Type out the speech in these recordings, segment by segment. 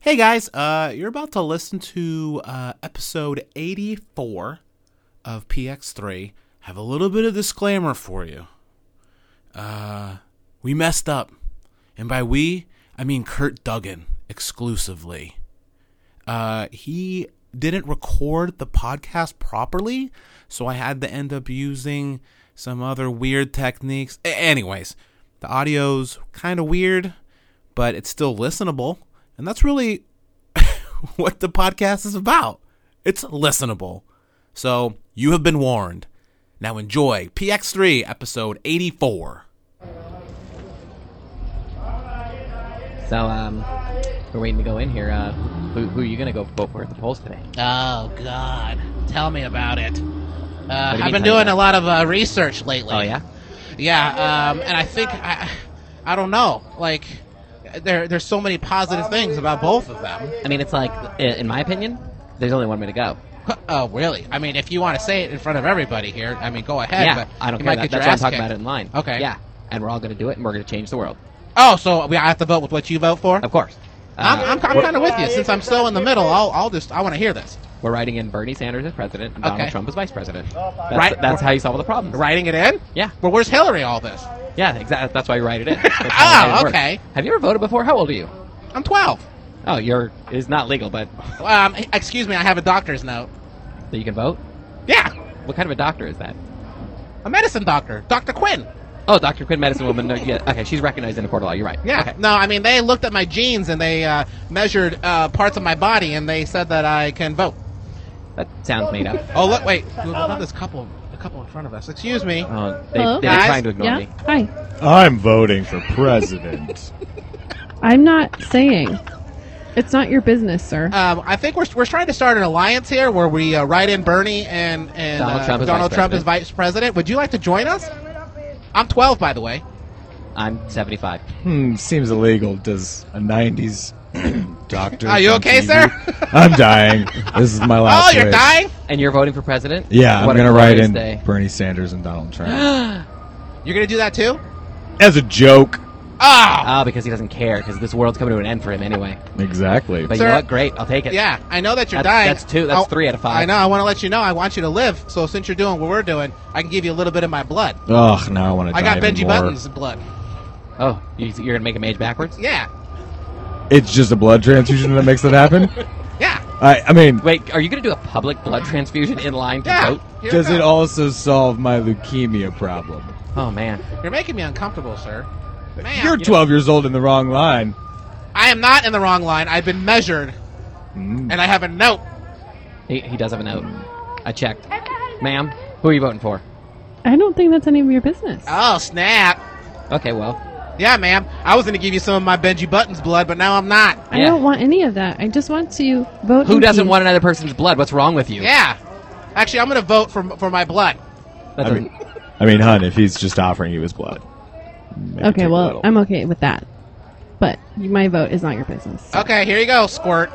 Hey guys, uh, you're about to listen to uh, episode 84 of PX3. Have a little bit of disclaimer for you. Uh, we messed up, and by we, I mean Kurt Duggan exclusively. Uh, he didn't record the podcast properly, so I had to end up using some other weird techniques. A- anyways, the audio's kind of weird but it's still listenable. And that's really what the podcast is about. It's listenable. So you have been warned. Now enjoy PX3 episode 84. So, um, we're waiting to go in here. Uh, who, who are you gonna go vote for at the polls today? Oh God, tell me about it. Uh, do you mean, I've tell been me doing about a lot of uh, research lately. Oh yeah. yeah. Um, and I think I, I don't know. Like, there, there's so many positive things about both of them. I mean, it's like, i- in my opinion, there's only one way to go. Oh, really? I mean, if you want to say it in front of everybody here, I mean, go ahead. yeah, but I don't you care. might That, that's get why your I'm ass talking kicked. about it in line. Okay. Yeah, and we're all gonna do it, and we're gonna change the world, Oh, so we I have to vote with what you vote for? of course. I'm, Uh, I'm, I'm we're, kind of with you. Since I'm so in the middle, I'll, I'll just I want to hear this. we're writing in Bernie Sanders as president and Donald Okay. Trump as vice president. That's, Right. That's how you solve all the problems. Writing it in? Yeah. Well, where's Hillary? All this? Yeah. Exactly. That's why you write it in. That's Ah, how it works. okay. Have you ever voted before? How old are you? I'm 12. Oh, you're it's not legal, but Um, excuse me, I have a doctor's note. so you can vote. Yeah, What kind of a doctor is that? a medicine doctor, Doctor Quinn. Oh, Dr. Quinn, medicine woman. No, yeah, okay, she's recognized in the court of law. You're right. Yeah. Okay. No, I mean they looked at my genes and they uh, measured uh, parts of my body and they said that I can vote. That sounds made up. Oh look, wait, we have this couple, a couple in front of us. Excuse me. Oh, they, Hello? they're Guys? trying to ignore yeah. me. Hi. I'm voting for president. I'm not saying. It's not your business, sir. Uh, Um, I think we're, we're trying to start an alliance here where we uh, write in Bernie and and Donald uh, Trump as Donald vice Trump as president. vice president. Would you like to join us? I'm 12, by the way. Oh, I'm 75. hmm, seems illegal. Does a 90s doctor. Are you on okay, TV? sir? I'm dying. This is my last oh, you're wish. dying. And you're voting for president? Yeah, What I'm a going to write glorious in day. Bernie Sanders and Donald Trump. You're gonna do that too? As a joke. Oh, Ah, because he doesn't care, because this world's coming to an end for him anyway. Exactly. But Sir- you know what? Great, I'll take it. yeah. I know that you're That's- dying. that's two- that's I'll- three out of five. I know. I want to let you know. I want you to live. So since you're doing what we're doing, I can give you a little bit of my blood. Ugh, now I want to I got Benji more. Button's blood. Oh, you, you're going to make him age backwards? Yeah, It's just a blood transfusion that makes that happen? yeah, I, I mean, Wait, are you going to do a public blood transfusion in line to yeah. vote? Here does it goes. also solve my leukemia problem? Oh, man. You're making me uncomfortable, sir. Man, You're 12 years old in the wrong line. I am not in the wrong line. I've been measured, Mm. and I have a note. He, he does have a note. I checked. Ma'am, who are you voting for? I don't think that's any of your business. uh, Oh snap! Okay, well, Yeah, ma'am. I was going to give you some of my Benji Button's blood, but now I'm not. I yeah. don't want any of that. I just want to vote. who in doesn't peace. want another person's blood? What's wrong with you? Yeah. Actually, I'm going to vote for for my blood. That I doesn't- mean, I mean, hun, if he's just offering you his blood. maybe take Okay, a well, little. I'm okay with that. But my vote is not your business. Uh, Okay, here you go, squirt.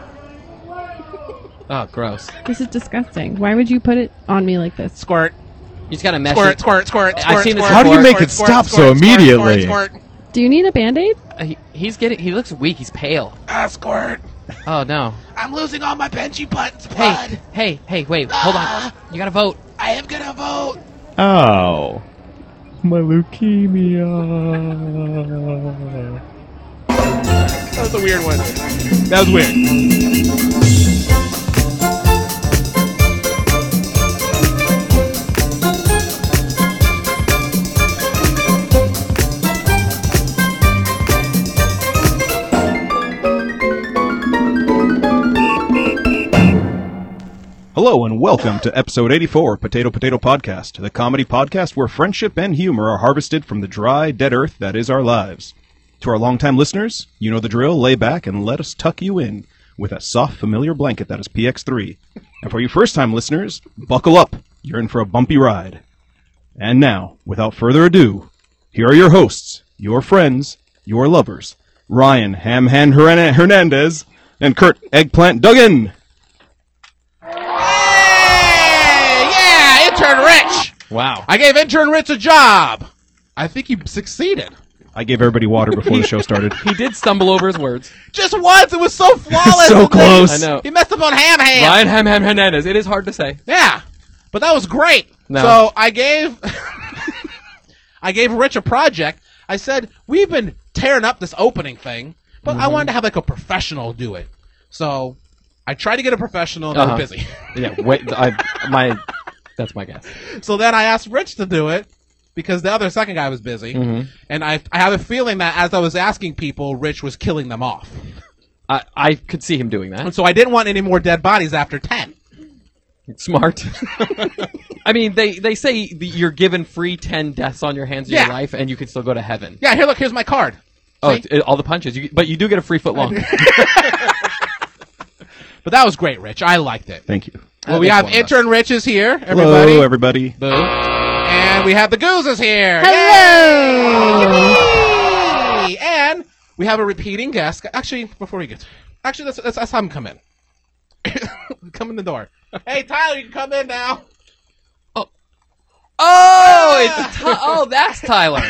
oh, gross. This is disgusting. Why would you put it on me like this? Squirt, You just got to mesh squirt, it. squirt, squirt, I've squirt. seen this squirt, How do you squirt, make squirt, it squirt, stop squirt, so squirt, immediately? Squirt, squirt, Do you need a band aid? Uh, he, he's getting. He looks weak. He's pale. Ah, squirt. Oh no. I'm losing all my Benji Button's blood. Hey, hey, hey! Wait, hold Ah. on. You gotta vote. I am going to vote. Oh. My leukemia. That was a weird one. That was weird. Hello and welcome to episode 84 of Potato Potato Podcast, the comedy podcast where friendship and humor are harvested from the dry, dead earth that is our lives. To our longtime listeners, you know the drill, lay back and let us tuck you in with a soft, familiar blanket that is PX3. And for you first time listeners, buckle up, you're in for a bumpy ride. And now, without further ado, here are your hosts, your friends, your lovers, Ryan Ham Hand Hernan- Hernandez and Kurt Eggplant Duggan! Hey, yeah, intern Rich. Wow. I gave intern Rich a job. I think he succeeded. I gave everybody water before the show started. He did stumble over his words. Just once. It was so flawless. and So then close. I know. He messed up on Ham Ham. Ryan Ham Ham Hernandez. It is hard to say. Yeah, but that was great. No. So I gave, I gave Rich a project. I said we've been tearing up this opening thing, but Mm-hmm. I wanted to have like a professional do it. So I tried to get a professional. and they were Uh-huh. busy. Yeah. Wait. I, my. That's my guess. so then I asked Rich to do it because the other second guy was busy, Mm-hmm. and I I have a feeling that as I was asking people, Rich was killing them off. I I could see him doing that. And so I didn't want any more dead bodies after ten. Smart. I mean, they they say that you're given free ten deaths on your hands in Yeah. your life, and you could still go to heaven. Yeah, here look, here's my card. Oh, See? it, all the punches. You, but you do get a free foot long. But that was great, Rich. I liked it. Thank you. Well, we makes have one of us. intern Rich is here. Hello, Everybody. everybody. Boo. And we have the Goose is here. Hello. Yay! And we have a repeating guest. Actually, before we get, actually, let's let's, let's have him come in. come in the door. Hey, Tyler, you can come in now. Oh, it's Ty- oh, that's Tyler.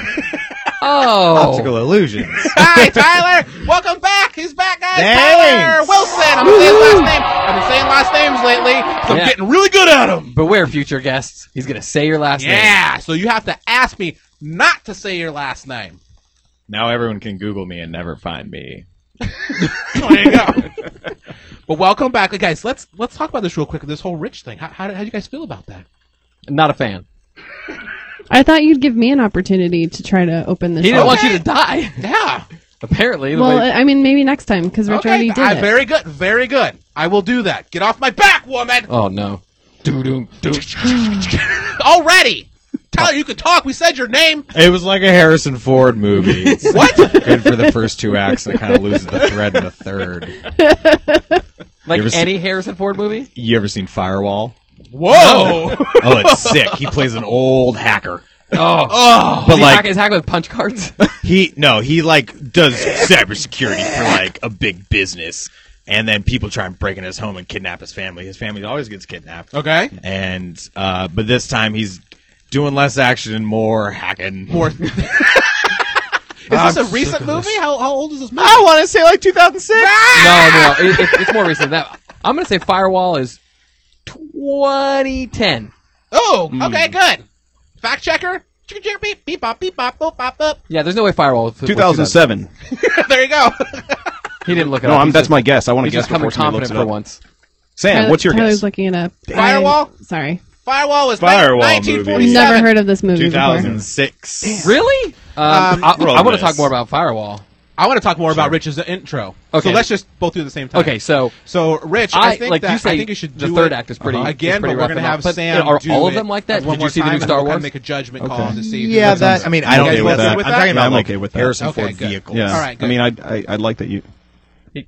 Oh, Optical illusions. Hi, Tyler. Welcome back. He's back, guys. Tyler Thanks. Wilson. I'm saying his last name. I've been saying last names lately. So Yeah. I'm getting really good at them. beware, future guests. He's gonna say your last name. Yeah. So you have to ask me not to say your last name. now everyone can Google me and never find me. there you go. but welcome back, guys. Let's let's talk about this real quick. This whole rich thing. How how, do- how do you guys feel about that? Not a fan. I thought you'd give me an opportunity to try to open this. He didn't up. want you to die. Yeah. Oh. Apparently, the well, way- I mean, maybe next time because Rich already did I, it. very good. Very good. I will do that. Get off my back, woman. oh no. Doo-doo, doo. Already. Tyler, you can talk. We said your name. It was like a Harrison Ford movie. It's What? good for the first two acts and it kind of loses the thread in the third. Like You ever see- any Harrison Ford movie? You ever seen Firewall? Whoa. Oh, it's sick. He plays an old hacker. Oh, But Is he hack- like is hack with punch cards. he no, he like does cybersecurity for like a big business. And then people try and break into his home and kidnap his family. His family always gets kidnapped. Okay. And uh but this time he's doing less action and more hacking. More. is this a recent movie? How, how old is this movie? I want to say like 2006. no, no, it, it, it's more recent than that. I'm gonna say Firewall is 2010. Oh, okay, good. Fact checker. Chicka chicka Beep, beep, bop, beep, bop, boop, bop, boop. Yeah, there's no way Firewall. Was, was 2007. there you go. He didn't look it No, up. I'm, He's that's just- my guess. I want to He's guess just coming before somebody confident looks it for up. once. Sam, Tyler- what's your Tyler's guess? looking it up. I- Firewall? sorry, Firewall was Firewall ni- movie. 1947. never heard of this movie before. 2006. Really? Um, Um, I, Roll want to this. talk more about Firewall. I want to talk more about Rich's intro. Okay. So let's just both do the same time. Okay, so So Rich, I, I, think like that you say, I think you should the do third it act is pretty uh-huh. again, is pretty but rough we're gonna enough. have But Sam. are do all of it them like that? One Did more you see the time, new and Star we'll kinda Wars? Make a judgment Okay. call to see. if Yeah, it's- that. I mean, I I'm don't okay know with what that. I'm I'm talking about I'm like okay with that. Harrison Okay, Ford good. vehicles. Yeah. All right, good. I mean, I, I I'd like that you.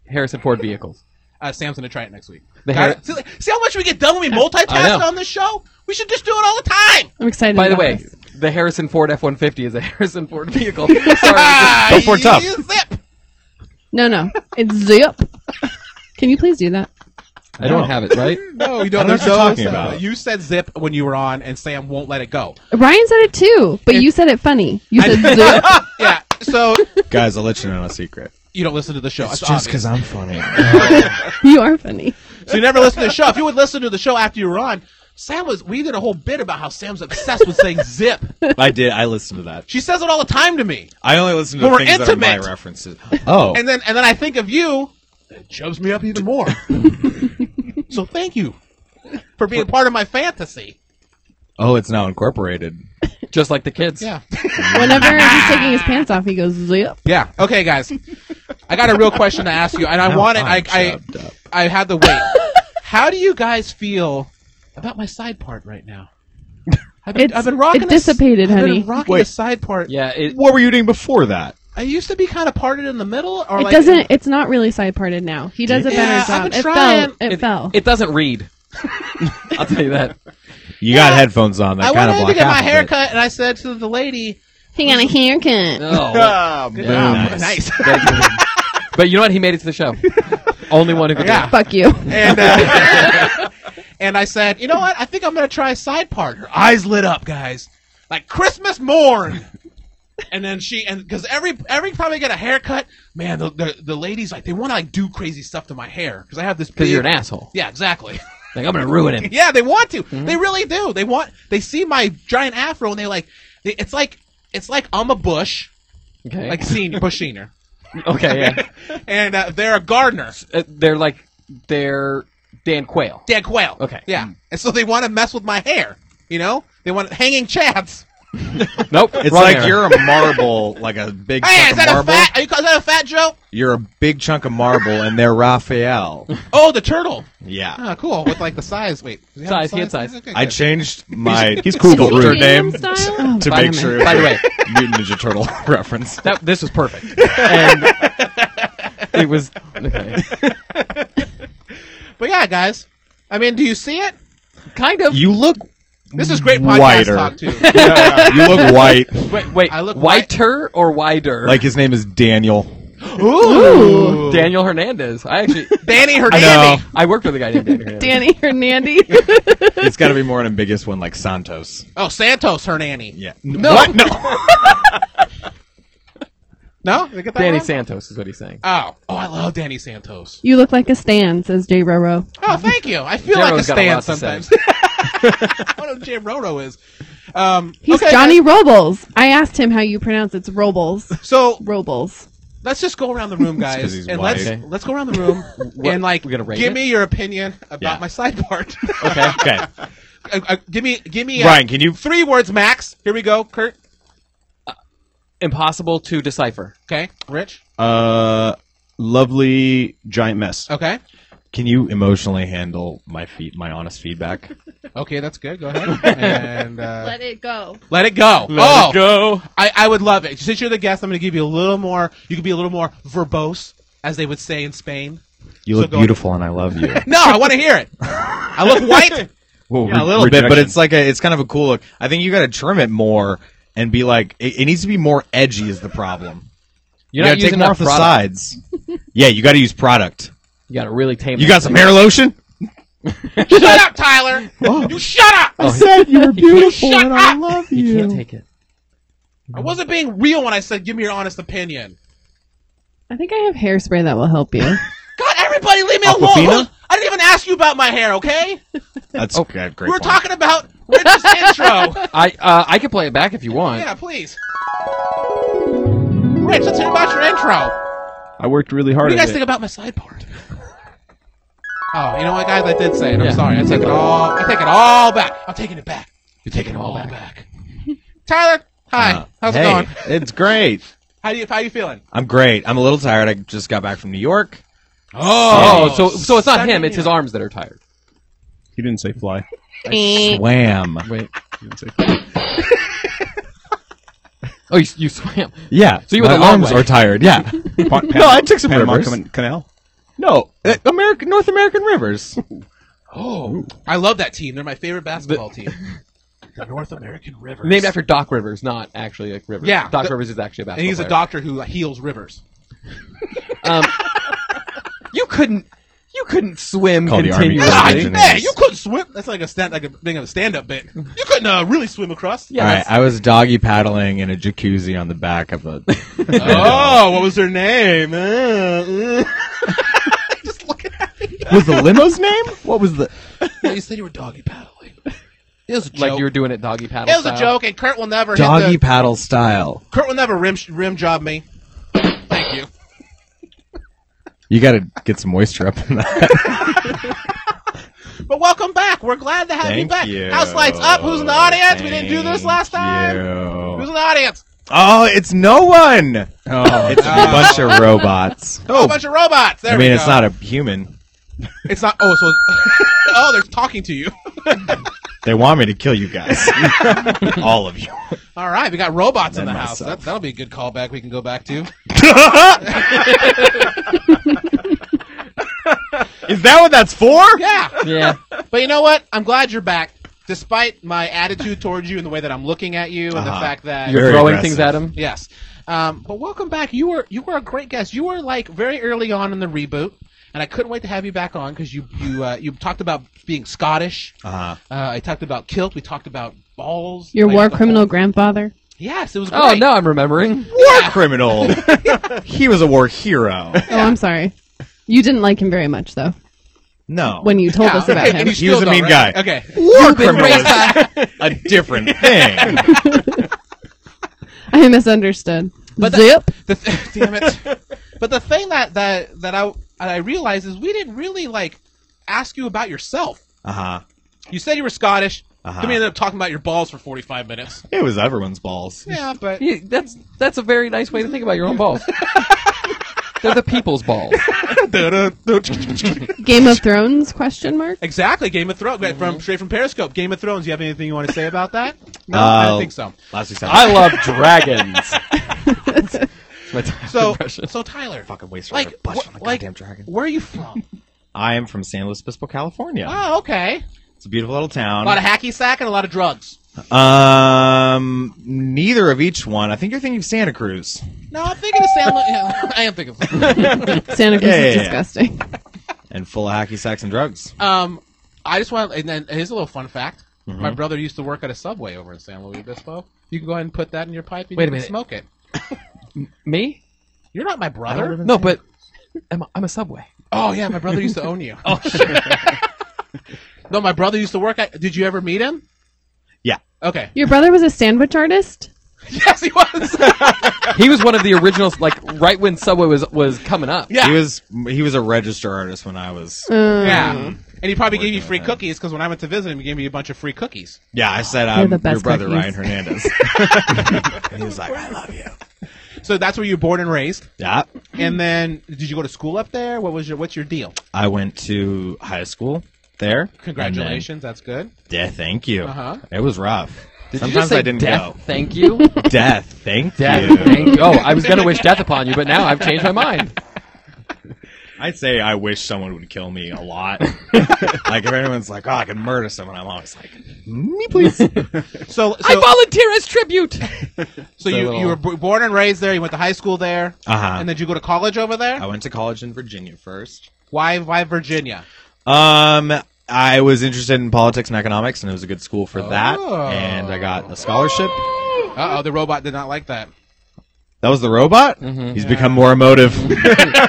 Harrison Ford vehicles. uh, Sam's gonna try it next week. The Got hair- it? See, see how much we get done when we I multitask know. on this show? We should just do it all the time. I'm excited. By the about way, this. the Harrison Ford F-150 is a Harrison Ford vehicle. Sorry. Go for it, tough. You Zip. no, no, it's zip. Can you please do that? I don't have it, right? No, Oh, you don't, know what you're talking about. You said zip when you were on, and Sam won't let it go. Ryan said it too, but you said it funny. You said zip. yeah. So Guys, I'll let you in on a secret. you don't listen to the show. That's obvious. I'm funny. you are funny. So you never listen to the show. If you would listen to the show after you were on, Sam was. We did a whole bit about how Sam's obsessed with saying zip. I did. I listened to that. She says it all the time to me, I only listen But to we're things that are intimate. my references. Oh, and then and then I think of you, it chubs me up even more. so thank you for being part of my fantasy. oh, it's now incorporated. Just like the kids. Whenever he's taking his pants off, he goes zip. Yeah. Okay, guys. I got a real question to ask you, and I wanted. I I, I had to wait. How do you guys feel about my side part right now? I've been, It's- I've been rocking. it a s- dissipated, I've been honey. rocking the Wait. side part. Yeah, it, What were you doing before that? I used to be kind of parted in the middle, or It like doesn't. It's not really side parted now. He does a better Yeah, I've job. been It trying. fell. It, it, fell. it doesn't read. I'll tell you that. You got headphones on. I That kind of wanted block to get my out of it. haircut, and I said to the lady, he got a haircut. Oh, "Good Boom. job." Nice. nice." but you know what? He made it to the show. Only one who could. yeah, Fuck you. and uh, and I said, "You know what? I think I'm gonna try a side part." Her eyes lit up, guys, like Christmas morn. and then she and because every every time I get a haircut, man, the the, the ladies like they want to like do crazy stuff to my hair because I have this. because you're an big- asshole. Yeah, exactly. Like I'm gonna ruin him. Yeah, they want to. Mm-hmm. They really do. They want. They see my giant afro and they like. They, it's like it's like I'm a bush, Okay. like senior bush senior, okay. Yeah. and uh, they're a gardener, Uh, they're like they're Dan Quayle. Dan Quayle. Okay. Mm. Yeah, and so they want to mess with my hair. You know, they want hanging chads. Nope. It's wrong like era. you're a marble, like a big Hey, chunk is that of a marble. fat? Are you calling that a fat joke? You're a big chunk of marble, and they're Raphael. Oh, the turtle. Yeah. Ah, cool. With like the size. Wait, do you Size, have the he had size. Okay, I good. changed my He's cool, but rude. Gangnam Style? Oh, to by make the sure. way. it By the was way. Mutant Ninja Turtle reference. That this was perfect. And it was okay. But yeah, guys. I mean, do you see it? kind of. You look. This is great podcast Whiter. talk too. Yeah, you look white. wait, wait. I look whiter or wider? Like his name is Daniel. Ooh. Daniel Hernandez. I actually Danny know. Hernandez. I worked with a guy named Daniel Hernandez. Danny Hernandez. It's got to be more an ambiguous one like Santos. Oh, Santos Hernani. Yeah. No. What? No. No, Did I get that Danny wrong? Santos is what he's saying. Oh, oh, I love Danny Santos. You look like a stan, says Jay Roro. Oh, thank you. I feel Jim like a Roro's Mm-hmm. got a stan lot to sometimes. say. I don't know who Jim Roro is. Um, He's okay, Johnny Robles. I asked him how you pronounce it. it's Robles. So Robles. let's just go around the room, 'cause guys, he's and white. let's Okay. let's go around the room and like we gonna rate give it? me your opinion about Yeah. my side part. Okay. Okay. Uh, uh, give me give me uh, Ryan, can you? three words max. Here we go, Kurt. Impossible to decipher. Okay, Rich. Uh, lovely giant mess. Okay. Can you emotionally handle my feet? My honest feedback. Okay, that's good. Go ahead and uh, let, it go. it go. oh, go. I, I would love it. Since you're the guest, I'm going to give you a little more. You can be a little more verbose, as they would say in Spain. You So look go- beautiful, and I love you. No, I want to hear it. I look white. Whoa, Yeah, a re- little bit, but rejection. it's like a, it's kind of a cool look. I think you got to trim it more and be like, it, it needs to be more edgy. Is the problem? You're not you gotta take using more enough off the product. sides. yeah, you got to use product. You got to really tame. You that got some thing. hair lotion? shut up, Tyler. You shut up. Oh, said you were beautiful Shut and I up! love he can't take it. I wasn't being real when I said give me your honest opinion. I think I have hairspray that will help you. God, everybody, leave me alone. Aquafina? I didn't even ask you about my hair. Okay, That's okay. great. we were point. talking about Rich's intro. I uh, I can play it back if you want. Yeah, please. Rich, let's hear about your intro. I worked really hard What do you at guys it. think about my side part? Oh, you know what, guys? I did say it. I'm Yeah. sorry. I take it all. I take it all back. I'm taking it back. You're taking it all back. Tyler, hi. Uh, How's hey, it going? It's great. How do you How you feeling? I'm great. I'm a little tired. I just got back from New York. Oh, so so it's not him. It's his Sunday. arms that are tired. He didn't say fly. Wham. Wait. oh, you, you swam. Yeah. So you my went the long arms way. are tired. Yeah. no, I took some Panama rivers. Can- Canal. No, uh, American North American rivers. Oh, I love that team. They're my favorite basketball team. The North American Rivers. Named after Doc Rivers, not actually like Rivers. Yeah, Doc the- Rivers is actually a And basketball he's a player. doctor who heals rivers. Um, you couldn't, you couldn't swim Call the Army. continuously. Ah, God, Really? man, you couldn't swim. That's like a stand, like a thing of a stand-up bit. You couldn't uh, really swim across. yeah, All right, that's- I was doggy paddling in a jacuzzi on the back of a. Oh, what was her name? Uh, uh. Just looking at me. was the limo's name? What was the? you said you were doggy paddling. It was a joke. like you were doing it doggy paddle. it was a style. joke, and Kurt will never hit Doggy the- paddle style. Kurt will never rim rim job me. Thank you. You got to get some moisture up in that. But welcome back. We're glad to have you back. House lights up. Who's in the audience? we didn't do this last time. Who's in the audience? Oh, it's no one. Oh, it's a bunch of robots. Oh, a bunch of robots. There I mean, we it's go. not a human. It's not. Oh, so. oh, they're talking to you. They want me to kill you guys, all of you. All right, we got robots in the And house. That, myself. that'll be a good callback. We can go back to. Is that what that's for? Yeah. Yeah, But you know what? I'm glad you're back, despite my attitude towards you and the way that I'm looking at you and the Uh-huh. fact that you're Very throwing aggressive. things at him. yes. Um, but welcome back. You were you were a great guest. You were like very early on in the reboot, and I couldn't wait to have you back on because you you uh, you talked about being Scottish. Uh-huh. Uh, I talked about kilt. We talked about balls. Your Like, war the criminal whole- grandfather. Yes, it was great. Oh, now I'm remembering. War criminal. he was a war hero. Oh, I'm sorry. You didn't like him very much, though, No. when you told us about him. And you He was still a mean don't, guy. right? Okay. war criminal is a different thing. I misunderstood. But Zip. The th- damn it. But the thing that that that I that I realized is we didn't really like ask you about yourself. Uh huh. You said you were Scottish. Uh-huh. Then we ended up talking about your balls for 45 minutes. It was everyone's balls. Yeah, but You- that's that's a very nice way to think about your own balls. They're the people's balls. Game of Thrones? Question mark. exactly Game of Thrones from straight from Periscope. Game of Thrones. You have anything you want to say about that? No, I Uh, don't think so. Last week's I love dragons. That's my time So impression. so Tyler, fucking waste like a bunch wh- on the like goddamn dragon. where are you from? I am from San Luis Obispo, California. oh, okay. It's a beautiful little town. A lot of hacky sack and a lot of drugs. um, neither of each one. I think you're thinking of Santa Cruz. No, I'm thinking of San. Lu- yeah, I am thinking. Of- Santa Cruz Yeah, yeah, is yeah. disgusting. and full of hacky sacks and drugs. Um, I just want, and then here's a little fun fact. My brother used to work at a Subway over in San Luis Obispo. You can go ahead and put that in your pipe. And Wait a you can minute. smoke it. Me? You're not my brother. No, but I'm a, I'm a subway. Oh yeah, my brother used to own you. oh shit. no, my brother used to work at. Did you ever meet him? Yeah. Okay. Your brother was a sandwich artist. Yes, he was. He was one of the originals, like right when Subway was was coming up. yeah. He was he was a register artist when I was. Uh, yeah. Mm-hmm. And he probably gave you Working free on that. cookies because when I went to visit him, he gave me a bunch of free cookies. Yeah, I said I'm the your best brother Ryan cookies. Hernandez. and he was like, I love you. So that's where you were born and raised. Yeah, And then, did you go to school up there? What was your What's your deal? I went to high school there. Congratulations, that's good. And then- yeah, thank you. Uh-huh. It was rough. Did Sometimes you just say I didn't death? go. Thank you. Death, thank Death. you. Thank you. Oh, I was gonna wish death upon you, but now I've changed my mind. I say I wish someone would kill me a lot. like if anyone's like, "Oh, I can murder someone," I'm always like, "Me, please." So, so I volunteer as tribute. So So you, little- you were b- born and raised there. You went to high school there, Uh-huh. and then you go to college over there. I went to college in Virginia first. Why why Virginia? Um, I was interested in politics and economics, and it was a good school for that. Oh. And I got a scholarship. Uh oh, the robot did not like that. That was the robot. He's become more emotive.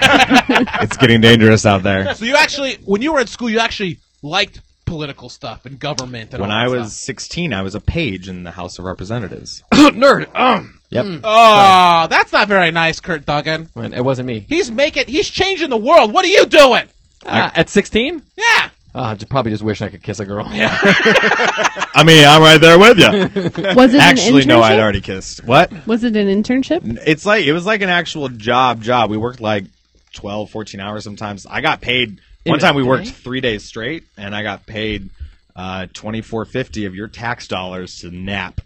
it's getting dangerous out there. So you actually, when you were at school, you actually liked political stuff and government. And When all I that was stuff. 16, I was a page in the House of Representatives. Mm. Nerd. Um. Yep. oh, that's not very nice, Kurt Duggan. It wasn't me. He's making, he's changing the world. What are you doing? Ah, at 16? Yeah. Oh, I just, probably just wish I could kiss a girl. I mean, I'm right there with you. Was it Actually, an internship? no, I'd already kissed. What? Was it an internship? It's like it was like an actual job. Job. We worked like 12, 14 hours sometimes. I got paid. One a time we day? worked three days straight, and I got paid uh, twenty four fifty of your tax dollars to nap.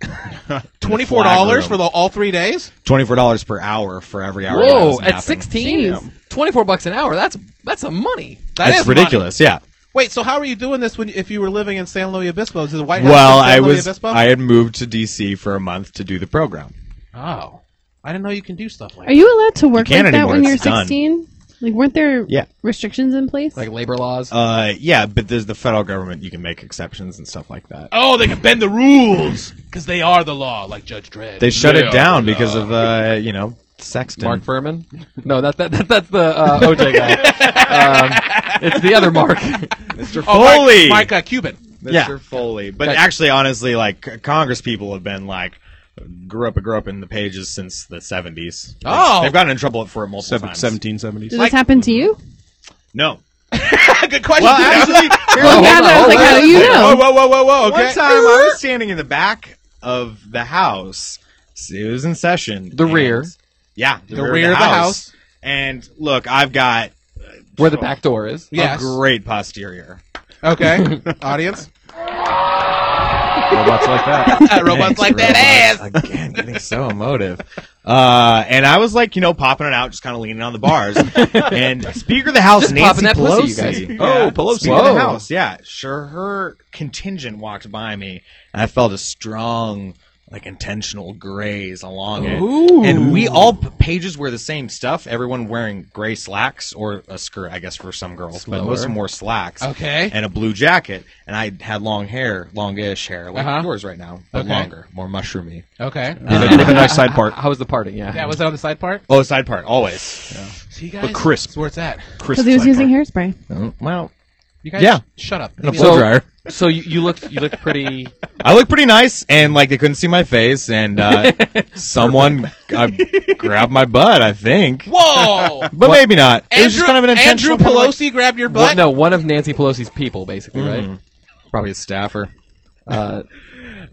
Twenty four dollars for the all three days. twenty four dollars per hour for every hour. that I was Whoa, napping. at 16? Jeez. 24 bucks an hour. That's that's some money. That That's is money. ridiculous. Yeah. Wait, so how are you doing this when if you were living in San Luis Obispo? Is it the White House Well, in San I Luis was. Obispo? I had moved to DC for a month to do the program. oh, I didn't know you can do stuff like Are you allowed to work can't like that anymore, when it's you're done. 16? Like, weren't there Yeah. restrictions in place? Like labor laws. Uh, yeah, but there's the federal government. You can make exceptions and stuff like that. Oh, they can bend the rules because they are the law, like Judge Dredd. They shut are it down the because law. of uh, you know, Sexton. Mark Furman? No, that, that, that that's the uh, OJ guy. um, it's the other Mark. Mr. Oh, Mike- Foley. Mike, uh, Cuban. Mr. Yeah. Foley. But Got- actually, honestly, like c- Congress people have been like grew up grew up in the pages since the 70s. Like, Oh. they've gotten in trouble for it multiple Seven- times. 1770s. Did this happen to you? No. Good question. Well, actually, Well, yeah, I was like, how do you whoa, know? Oh, whoa, whoa, whoa, whoa. one Okay. time I was standing in the back of the house. It was in session. The and- rear. Yeah, The rear of the house. And look, I've got Where the back door is. Yes. a great posterior. Okay. Audience. Robots like that. Uh, robots Thanks, like that ass. robots. Again, getting so emotive. Uh, and I was like, you know, popping it out, just kind of leaning on the bars. and Speaker of the House, Just Nancy popping that Pelosi. pussy, you guys. Oh, Pelosi. Speaker of Whoa. the House, yeah. Sure, her contingent walked by me, and I felt a strong like intentional grays along it. And we all p- pages wear the same stuff. Everyone wearing gray slacks or a skirt, I guess, for some girls, but most of them wore slacks. Okay. And a blue jacket. And I had long hair, longish hair, like Uh-huh. yours right now, but Okay. longer, more mushroomy. Okay. With a, with a nice side part. How was the party? Yeah. yeah, was that on the side part? Oh, side part, always. See, guys, crisp. that's where it's at. Because Crisp he was side using part. hairspray. Oh, Well, You guys, Yeah. sh- shut up. and a Leave me So- blow alone. dryer. So you, you looked you looked pretty. I looked pretty nice, and like they couldn't see my face, and uh, someone uh, grabbed my butt, I think, but Whoa! maybe not. it was Andrew, just kind of an Andrew intentional kind of, like, Pelosi grabbed your butt. One- no, one of Nancy Pelosi's people, basically, Mm. right? probably a staffer. Uh,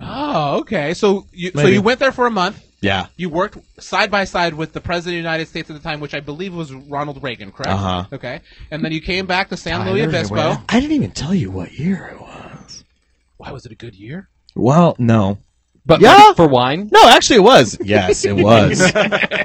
Oh, okay. So you so Maybe. you went there for a month. Yeah. You worked side by side with the president of the United States at the time, which I believe was Ronald Reagan, correct? Uh-huh. Okay. And then you came back to San Luis Obispo. I didn't even tell you what year it was. Why was it a good year? Well, no. but Yeah. for wine, No, actually, it was. Yes, it was.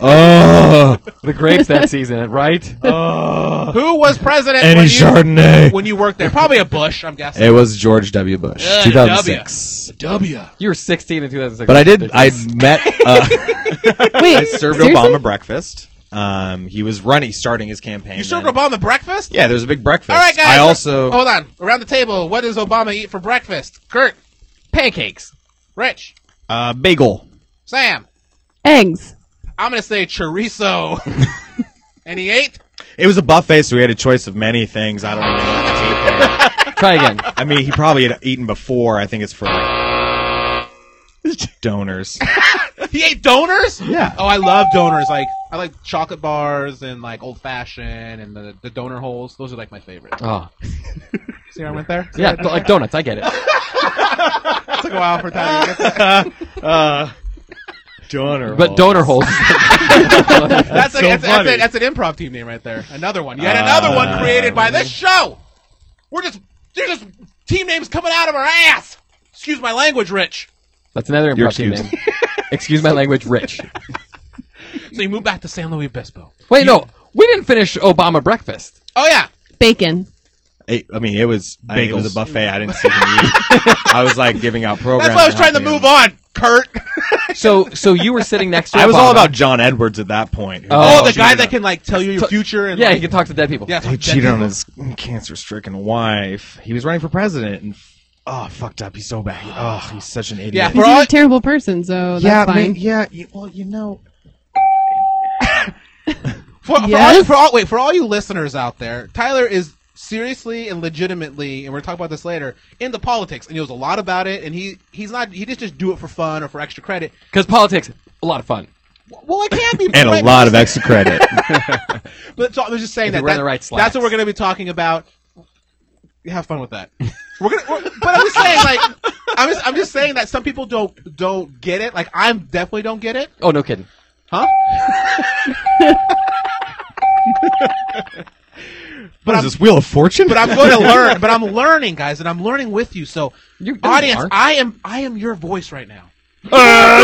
oh, the grapes that season, right? Uh, Who was president any when you, Chardonnay. when you worked there? Probably a Bush, I'm guessing. It was George Uh, W. Bush, Yeah, 2006. W. You were 16 in 2006. But I did. I met. Uh, Wait, I served seriously? Obama breakfast. Um, he was running, starting his campaign. You served then. Obama breakfast? Yeah, there was a big breakfast. All right, guys. Oh. I let- also hold on around the table. What does Obama eat for breakfast? Kurt, pancakes. Rich, Uh, bagel. Sam. Eggs. I'm gonna say chorizo. and he ate. it was a buffet, so we had a choice of many things. I don't even know. what to eat there. Try again. I mean, he probably had eaten before. I think it's for like donors. He ate donors. Yeah. Oh, I love donors. Like I like chocolate bars and like old fashioned and the the donor holes. Those are like my favorite. Oh, See where I went there? yeah, do- like donuts. I get it. It took a while for time. to get there. Donor, But donor holes. That's, a, so that's, a- that's, funny. a, that's an improv team name right there. Another one. Yet another one created by this show. We're just they're just team names coming out of our ass. Excuse my language, Rich. That's another You're impromptu name. excused. Excuse my language, rich. So you moved back to San Luis Obispo. Wait, no, we didn't finish Obama breakfast. Oh yeah. Bacon. I I mean, it was I think it was Bagels. a buffet. I didn't see him eat. I was like giving out programs. That's why I was trying to move on, Kurt. So, so you were sitting next to. I was all Obama. about John Edwards at that point. who- Oh, Oh, the guy cheated that can like tell you your future and Yeah, like, he can talk to dead people. yeah, He that cheated on dude. his cancer-stricken wife. He was running for president, and f- oh, fucked up. He's so bad. Oh, he's such an idiot. Yeah, He's We're all- a terrible person, so that's yeah, fine. ma- yeah. you- Well, you know, For, for Yes? all, for all wait for all you listeners out there, Tyler is seriously and legitimately, and we're talking about this later, into politics, and he knows a lot about it. And he he's not he just just do it for fun or for extra credit. Because politics, a lot of fun. Well, it can be and a right, lot of extra credit. But so, I was just saying If that, you wear that- the right that's slacks. what we're going to be talking about. Have fun with that. We're gonna, we're, but I'm just saying, like, I'm just, I'm just saying that some people don't don't get it. Like, I'm definitely don't get it, Oh, no kidding. huh? What is this Wheel of Fortune? But I'm going to learn. But I'm learning, guys, and I'm learning with you. So, You- no, you audience, aren't. I am, I am your voice right now. Uh,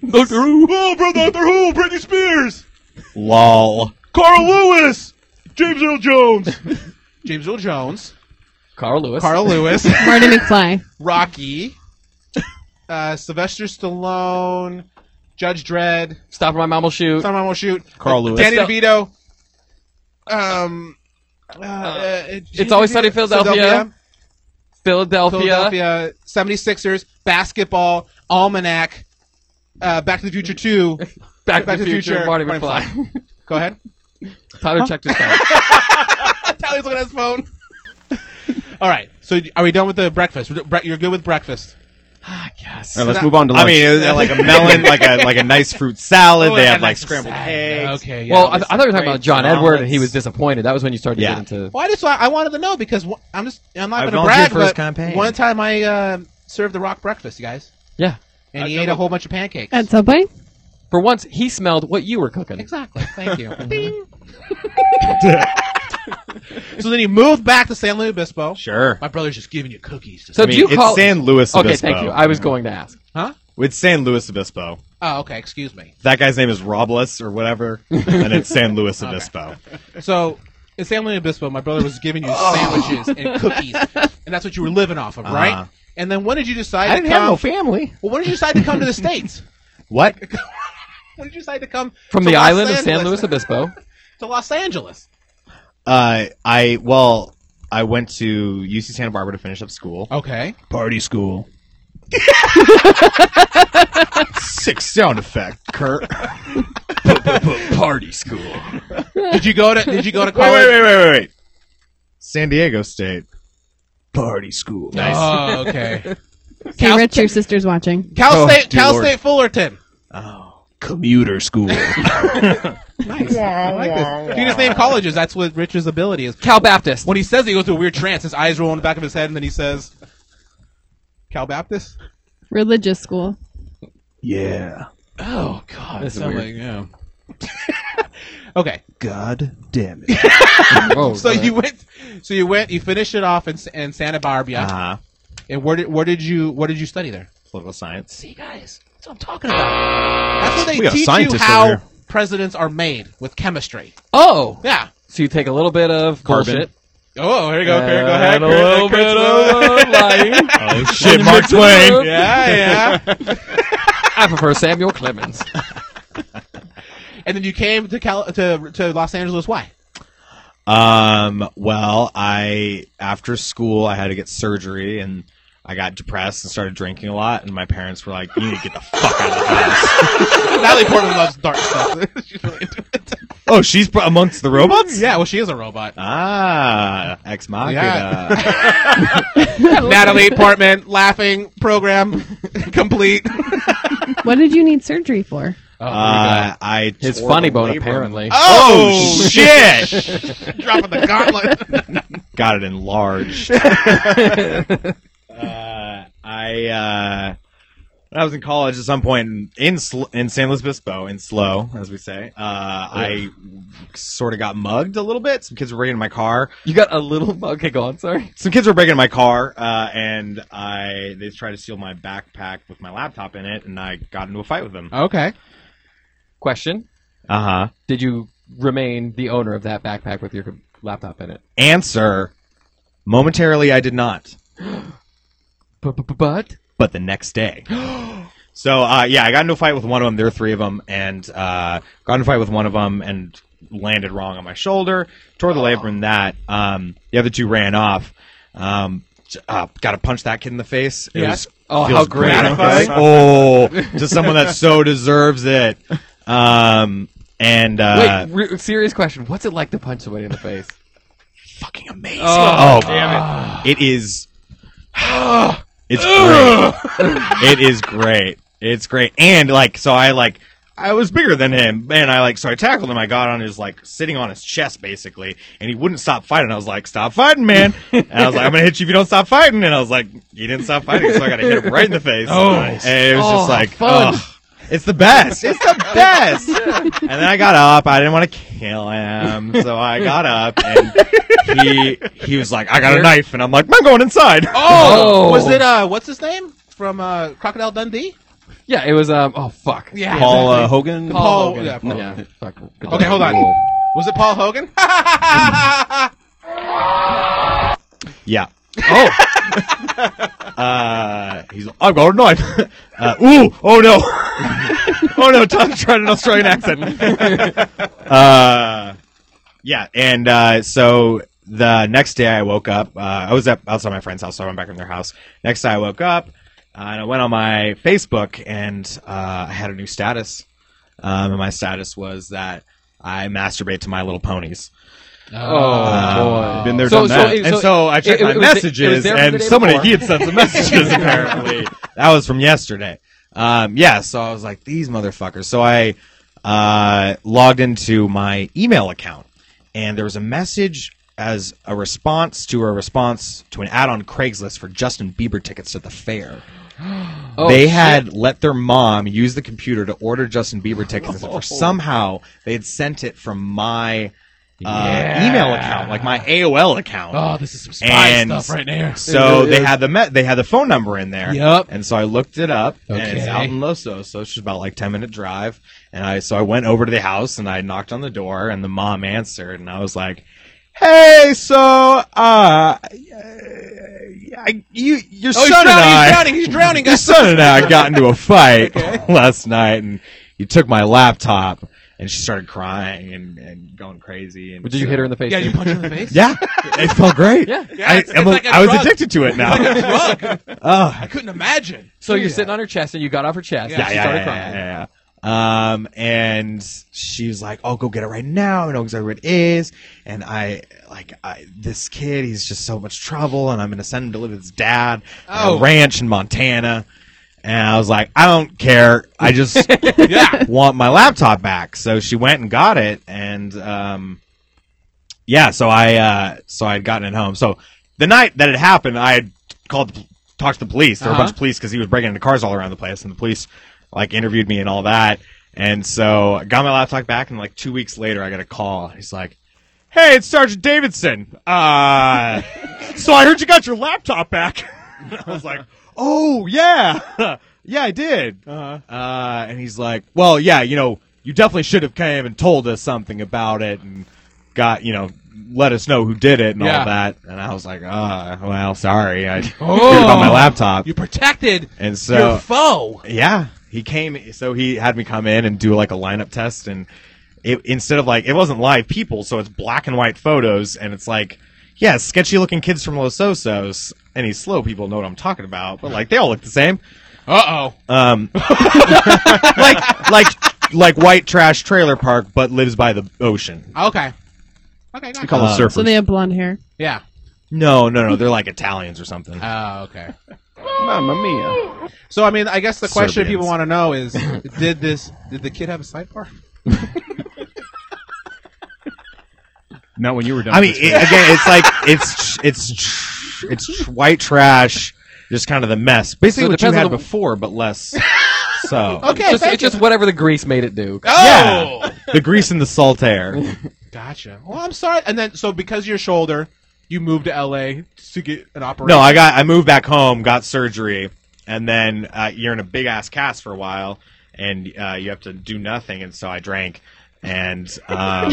Doctor Oh, bro, Doctor Who, Britney Spears, lol. Carl Lewis, James Earl Jones, James Earl Jones, Carl Lewis. Carl Lewis, Marty McFly. Rocky, uh, Sylvester Stallone, Judge Dredd, Stop or my mom will shoot. Someone Will Shoot, Carl Lewis. Danny Stop. DeVito, um, uh, uh, It's Always Sunny in Philadelphia. Philadelphia. Philadelphia, 76ers, basketball, almanac, uh, Back to the Future 2. Back, to the Future. Marty Marty McFly. Go ahead. Tyler checked his phone. Tyler's looking at his phone. All right. So are we done with the breakfast? Bre- You're good with breakfast. All right, let's I- move on to lunch. I mean, it was uh, like a melon, like a like a nice fruit salad. Oh, they had like scrambled eggs. Okay. Yeah, well, I, I thought you were talking about John Great Edward, and he omelets. was disappointed. That was when you started Yeah. getting to. Well, I just I, I wanted to know because wh- I'm just I'm I not going to volunteered brag, for his but campaign. one time I uh, served the rock breakfast, you guys, Yeah. and I he know ate the- a whole bunch of pancakes. At Subway? For once, he smelled what you were cooking. Exactly. Thank you. Ding. so then he moved back to San Luis Obispo. Sure. My brother's just giving you cookies. So I do mean, you it's call San Luis Obispo. Okay, thank you. I was going to ask. huh? It's San Luis Obispo. Oh, okay. Excuse me. That guy's name is Robles or whatever, and it's San Luis Obispo. So in San Luis Obispo, my brother was giving you sandwiches and cookies, and that's what you were living off of, right? Uh-huh. And then when did you decide? I to didn't come, have no family. Well, when did you decide to come to the states? What? When did you decide to come From to the Los island of San Angeles- Luis Obispo. to Los Angeles? Uh, I well, I went to UC Santa Barbara to finish up school. Okay. Party school. Six sound effect, Kurt. Party school. Did you go to Did you go to Wait, college? wait, wait, wait, wait, wait. San Diego State. Party school. Oh, okay. Hey, Cal- Rich, your sister's watching. Cal Oh, State, dear Cal Lord. Oh, State Fullerton. Commuter school. Nice. I like this. You just name colleges. That's what Rich's ability is. Cal Baptist. When he says it, he goes through a weird trance. His eyes roll in the back of his head, and then he says, "Cal Baptist." Religious school. yeah. Oh God, That's like yeah. okay, God damn it. Whoa, so right. you went, so you went, you finished it off in, S- in Santa Barbara, Ah. Uh-huh. and where did where did you what did you study there? Political science. See, guys, that's what I'm talking about. That's what We they got teach you scientists over how here. presidents are made with chemistry. Oh, Yeah. so you take a little bit of Carbon. bullshit. Oh, here you go, here you go, and ahead. a Kurt, little Kurt's bit little- of lying. Oh Shit, Mark Twain. yeah, yeah. I prefer Samuel Clemens. and then you came to Cal to to Los Angeles. Why? Um, well, I after school I had to get surgery and I got depressed and started drinking a lot and my parents were like, "You need to get the fuck out of the house." Natalie Portman loves dark stuff. She's really into it. oh, she's pro- amongst the robots? Yeah, well, she is a robot. Ah, ex machina. Yeah. Natalie Portman laughing program complete. What did you need surgery for? Uh, I Oh, His tore funny the bone, labrum. apparently. Oh shit! Dropping the gauntlet. got it enlarged. uh, I uh, when I was in college at some point in Sl- in San Luis Obispo in Slow, as we say. Uh, I sort of got mugged a little bit. Some kids were breaking into my car. You got a little. Okay, go on. Sorry. Some kids were breaking into my car, uh, and I they tried to steal my backpack with my laptop in it, and I got into a fight with them. Oh. okay. Question: Uh huh. Did you remain the owner of that backpack with your com- laptop in it? Answer: Momentarily, I did not. But but the next day. so uh, yeah, I got into a fight with one of them. There were three of them, and uh, got into a fight with one of them and landed wrong on my shoulder, tore the labrum. That um, the other two ran off. Um, j- uh, got to punch that kid in the face. It Yeah. was Oh, feels how great. gratifying. oh, to someone that so deserves it. Um, and uh, wait, re- serious question: What's it like to punch somebody in the face? fucking amazing. Oh, damn it! It is. It's great. it is great. It's great. And like, so I like, I was bigger than him, and I like, so I tackled him. I got on his like, sitting on his chest basically, and he wouldn't stop fighting. I was like, stop fighting, man. And I was like, I'm gonna hit you if you don't stop fighting. And I was like, he didn't stop fighting, so I got to hit him right in the face. Oh, and it was Oh, just like, fun. ugh. It's the best. It's the best. and then I got up. I didn't want to kill him, so I got up, and he he was like, "I got a knife," and I'm like, "I'm going inside." Oh! was it uh, what's his name from uh, Crocodile Dundee? Yeah, it was. Um. Oh fuck. Yeah, Paul uh, Hogan. Paul- Hogan. yeah, Paul Oh, Yeah, fuck. Good Okay, luck. hold on. Was it Paul Hogan? Yeah. Oh. uh, he's. I've got a knife. Uh, ooh. Oh no. oh no. Tom's trying an Australian accent. uh, yeah. And uh, so the next day I woke up. Uh, I was up outside my friend's house, so I went back in their house. Next day I woke up uh, and I went on my Facebook and uh, I had a new status. Um, and my status was that I masturbate to My Little Ponies. Oh boy. Been there, So- done so that. it- And so I checked it- my it was- it was messages, there from the and day somebody before. he had sent some messages apparently. That was from yesterday. Um, yeah, so I was like, these motherfuckers. So I uh, logged into my email account, and there was a message as a response to a response to an ad on Craigslist for Justin Bieber tickets to the fair. Oh, they shit. had let their mom use the computer to order Justin Bieber tickets, Oh. and for somehow they had sent it from my uh, email account, like my AOL account. Oh, this is some spy And- stuff right there. So It- it- they had the me- they had the phone number in there. Yup. And so I looked it up, and it's Okay. out in Los Osos, so it's just about like ten minute drive. And I so I went over to the house and I knocked on the door, and the mom answered, and I was like, "Hey, so uh, I, you your Oh, he's son drowning, and I he's drowning, he's drowning, your guys. son and I got into a fight last night, and you took my laptop." And she started crying and, and going crazy. And Did you hit her in the face? Yeah, too? you punch him in the face. Yeah, it felt great. Yeah. Yeah, I, it's- it's I'm a- like a I was drug. addicted to it now. Drug. Ugh. I couldn't imagine. So you're sitting on her chest and you got off her chest. Yeah, and yeah, she yeah, started yeah, crying. yeah, yeah, yeah. Um, and she's like, "Oh, go get it right now." I know exactly where it is. And I like I, this kid. He's just so much trouble, and I'm gonna send him to live with his dad on Oh. a ranch in Montana. And I was like, I don't care. I just Yeah. want my laptop back. So she went and got it, and um, yeah. So I uh, so I had gotten it home. So the night that it happened, I had called, the, talked to the police. There were a bunch of police because he was breaking into cars all around the place, and the police like interviewed me and all that. And so I got my laptop back, and like two weeks later, I got a call. He's like. Hey, it's Sergeant Davidson. Uh, so I heard you got your laptop back. I was like, oh yeah, yeah, I did. Uh-huh. uh and he's like, well, yeah, you know, you definitely should have came and told us something about it and got, you know, let us know who did it and Yeah. all that. And I was like, ah, well, sorry, I heard about my laptop. Oh. You protected And your so, foe. yeah, he came. So he had me come in and do like a lineup test, and it instead of like it wasn't live people, so it's black and white photos, and it's like, yeah, sketchy looking kids from Los Osos. Any slow people know what I'm talking about, but like they all look the same. Uh oh. Um, like like like white trash trailer park, but lives by the ocean. Okay. Okay. We Gotcha. call them Um, surfers. So they have blonde hair. yeah. No, no, no, they're like Italians or something. Oh, okay. Mamma mia. So I mean, I guess the question Serbians. people want to know is, did this? Did the kid have a sidebar? Not when you were done. I mean, with this, it, again, it's like it's it's tr- it's tr- white trash, just kind of the mess. Basically, So it what you depends had on the- before, but less. So Okay. Just, thank it's you. just whatever the grease made it do. Oh. the grease and the salt air. Gotcha. Well, I'm sorry. And then, so because of your shoulder, you moved to LA to get an operation. No, I got I moved back home, got surgery, and then uh, you're in a big ass cast for a while, and uh, you have to do nothing. And so I drank, and um,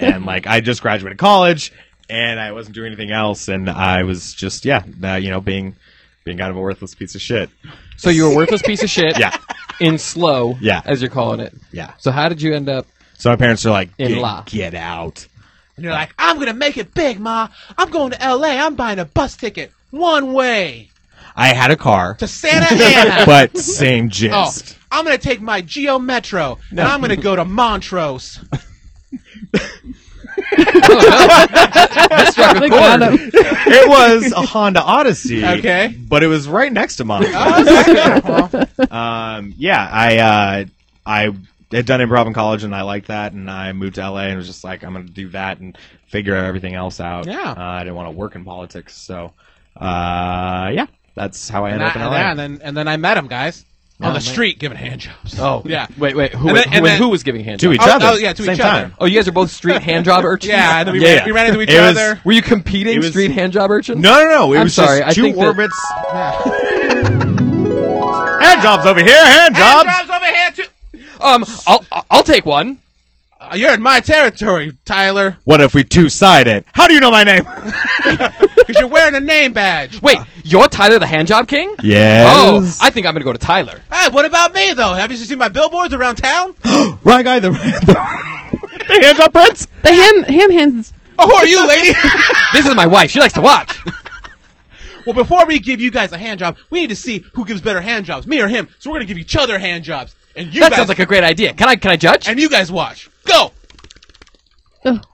and like I just graduated college, and I wasn't doing anything else, and I was just yeah, uh, you know, being being kind of a worthless piece of shit. So you were a worthless piece of shit. Yeah. In slow. Yeah. As you're calling it. Yeah. So how did you end up? So my parents are like, In get, law. get out. And you're like, I'm gonna make it big, ma. I'm going to LA. I'm buying a bus ticket one way I had a car, to Santa Ana. but same oh, gist. I'm gonna take my Geo Metro and I'm gonna go to Montrose. Struck a They got chord. him. It was a Honda Odyssey. Okay. Oh, But it was right next to mine. um, yeah, I uh, I had done improv in college and I liked that, and I moved to LA and was just like, I'm gonna do that and figure everything else out. Yeah. Uh, I didn't want to work in politics, so uh, yeah, that's how I and, ended I, up in LA. and, then, and then I met him, guys, on the man. street giving handjobs. Oh. yeah. Wait, wait. Who, And then- who- and then- who was giving hand to each jobs? Oh, other. oh, yeah, to same each other. time. Oh, you guys are both street hand job urchins. Yeah, and then we, Yeah, ran, yeah. we ran into each It was- other. Were you competing It was- street hand job urchins? No, no, no. It I'm was sorry, I just two think that- orbits. Yeah. Hand jobs over here. Hand jobs. Handjobs over here too. Um, I'll I'll- I'll take one. Uh, you're in my territory, Tyler, What if we two sided? How do you know my name? because you're wearing a name badge. Wait, you're Tyler the hand job king? Uh. Yes. Oh, I think I'm gonna go to Tyler. Hey, what about me though? Have you seen my billboards around town? Wrong guy. The, the hand job prince. The ham ham hands. Oh, who are you, lady? This is my wife. She likes to watch. well, before we give you guys a hand job, we need to see who gives better hand jobs, me or him. So we're gonna give each other hand jobs, and you That guys sounds like a great idea. Can I can I judge? and you guys watch. Go.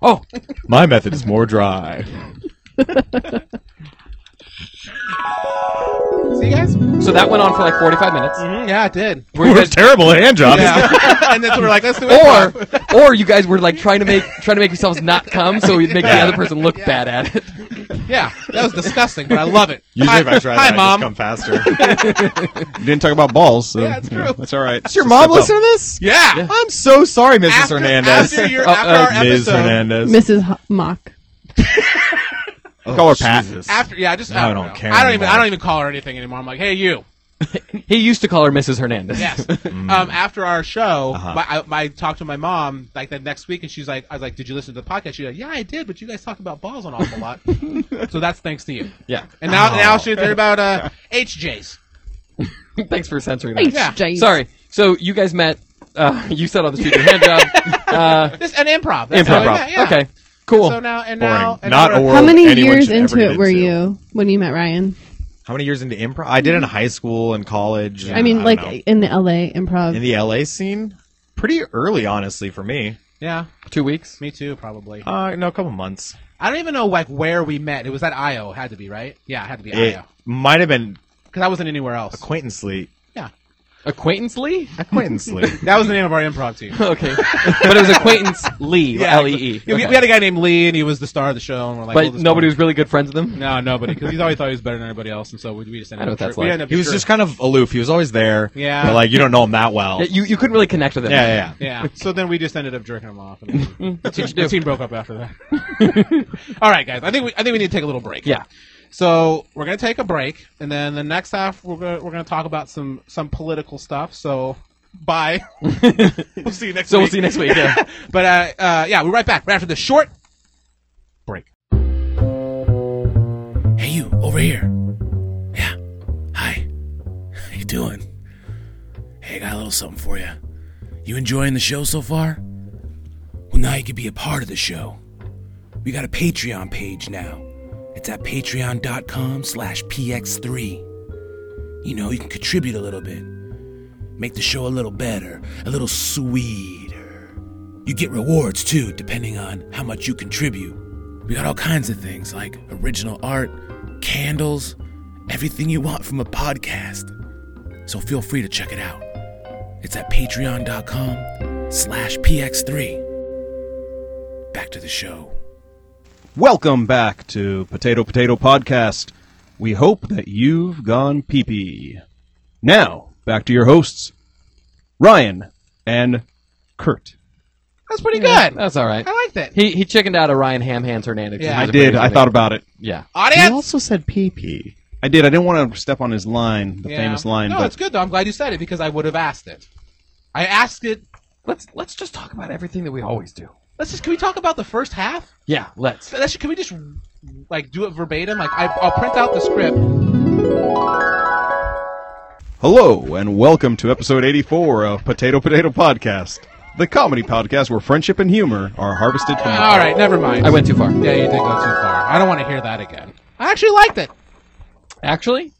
Oh, My method is more dry. See you guys? so that went on for like 45 minutes. Mm, yeah, I did. Were you We're guys- terrible at hand jobs. Yeah. and then so we're like, let's do it. or or you guys were like trying to make trying to make yourselves not come so we'd make the other person look bad at it. yeah, that was disgusting, but I love it. Usually, hi, if I try hi, that, mom. I just come faster. You didn't talk about balls, so Yeah, it's true. you know, that's all right. Does your mom listen to this? yeah. I'm so sorry, Mrs. After, Hernandez. after, your, Uh, after uh, our Ms. episode, Hernandez. Mrs. H- Mock. Call her Pat. after yeah, I just Now I don't know. care I don't even anymore. I don't even call her anything anymore. I'm like, hey, you. he used to call her Mrs. Hernandez. Yes. Mm. um, after our show, Uh-huh. my, I, my I talked to my mom like that next week, and she's like, "I was like, did you listen to the podcast?" She's like, "Yeah, I did, but you guys talked about balls an awful lot." so that's thanks to you. yeah. And now, now she's there about uh, HJs. Thanks for censoring that. Yeah. HJ. Sorry. So you guys met. Uh, you said on the street your hand job. Uh, This an improv. That's improv. how we met, yeah. Okay. Cool. So now and Boring. now and Not now a we're- word How many anyone years should ever into get it were into. you when you met Ryan? How many years into improv? I did it in high school and college. and I mean, don't like know. in the LA improv. in the LA scene, pretty early, honestly, for me. Yeah, Two weeks. me too, probably. Uh, no, a couple months. I don't even know like where we met. It was at IO. Had to be right. Yeah, it had to be It IO might have been because I wasn't anywhere else. acquaintancely. Acquaintancely. Acquaintancely. That was the name of our improv team. Okay. but it was acquaintance Lee. L E E. Yeah, we, we had a guy named Lee, and he was the star of the show, and we're like, But well, this nobody guy- was really good friends with him. No, nobody, because he's always thought he was better than everybody else, and so we, we just ended I know up. what that's we like. ended up he was sure- just kind of aloof. He was always there. Yeah. But, like you don't know him that well. Yeah, You you couldn't really connect with him. yeah, yeah. yeah. yeah. So then we just ended up jerking him off, and then you the do? team broke up after that. All right, guys, I think we I think we need to take a little break. Yeah. So we're gonna take a break, and then the next half we're gonna we're gonna talk about some some political stuff. So bye. we'll see you next. So we'll week. see you next week. Yeah. But uh, uh, yeah, we're right back right after this short break. Hey, you over here. Yeah. Hi. How you doing? Hey, I got a little something for you. You enjoying the show so far? Well, now you can be a part of the show. We got a Patreon page now. It's at patreon.com slash px3. You know, you can contribute a little bit. Make the show a little better, a little sweeter. You get rewards too, depending on how much you contribute. We got all kinds of things like original art, candles, everything you want from a podcast. So feel free to check it out. It's at patreon.com slash px3. Back to the show. Welcome back to Potato Potato Podcast. We hope that you've gone pee pee. Now, back to your hosts, Ryan and Kurt. That's pretty good. That's all right. I like that. He he chickened out of Ryan Ham Hands Hernandez. Yeah. He I was I a pretty did. I good thought about it. Yeah. He Audience. also said pee pee. I did. I didn't want to step on his line, the Yeah. famous line. No, but it's good though. I'm glad you said it because I would have asked it. I asked it. Let's let's just talk about everything that we always do. Let's just. Can we talk about the first half? Yeah. Let's. Let's, can we just like do it verbatim? Like I, I'll print out the script. Hello, and welcome to episode 84 of Potato Potato Podcast, the comedy podcast where friendship and humor are harvested from. All right, never mind. I went too far. Yeah, you did go too far. I don't want to hear that again. I actually liked it. Actually,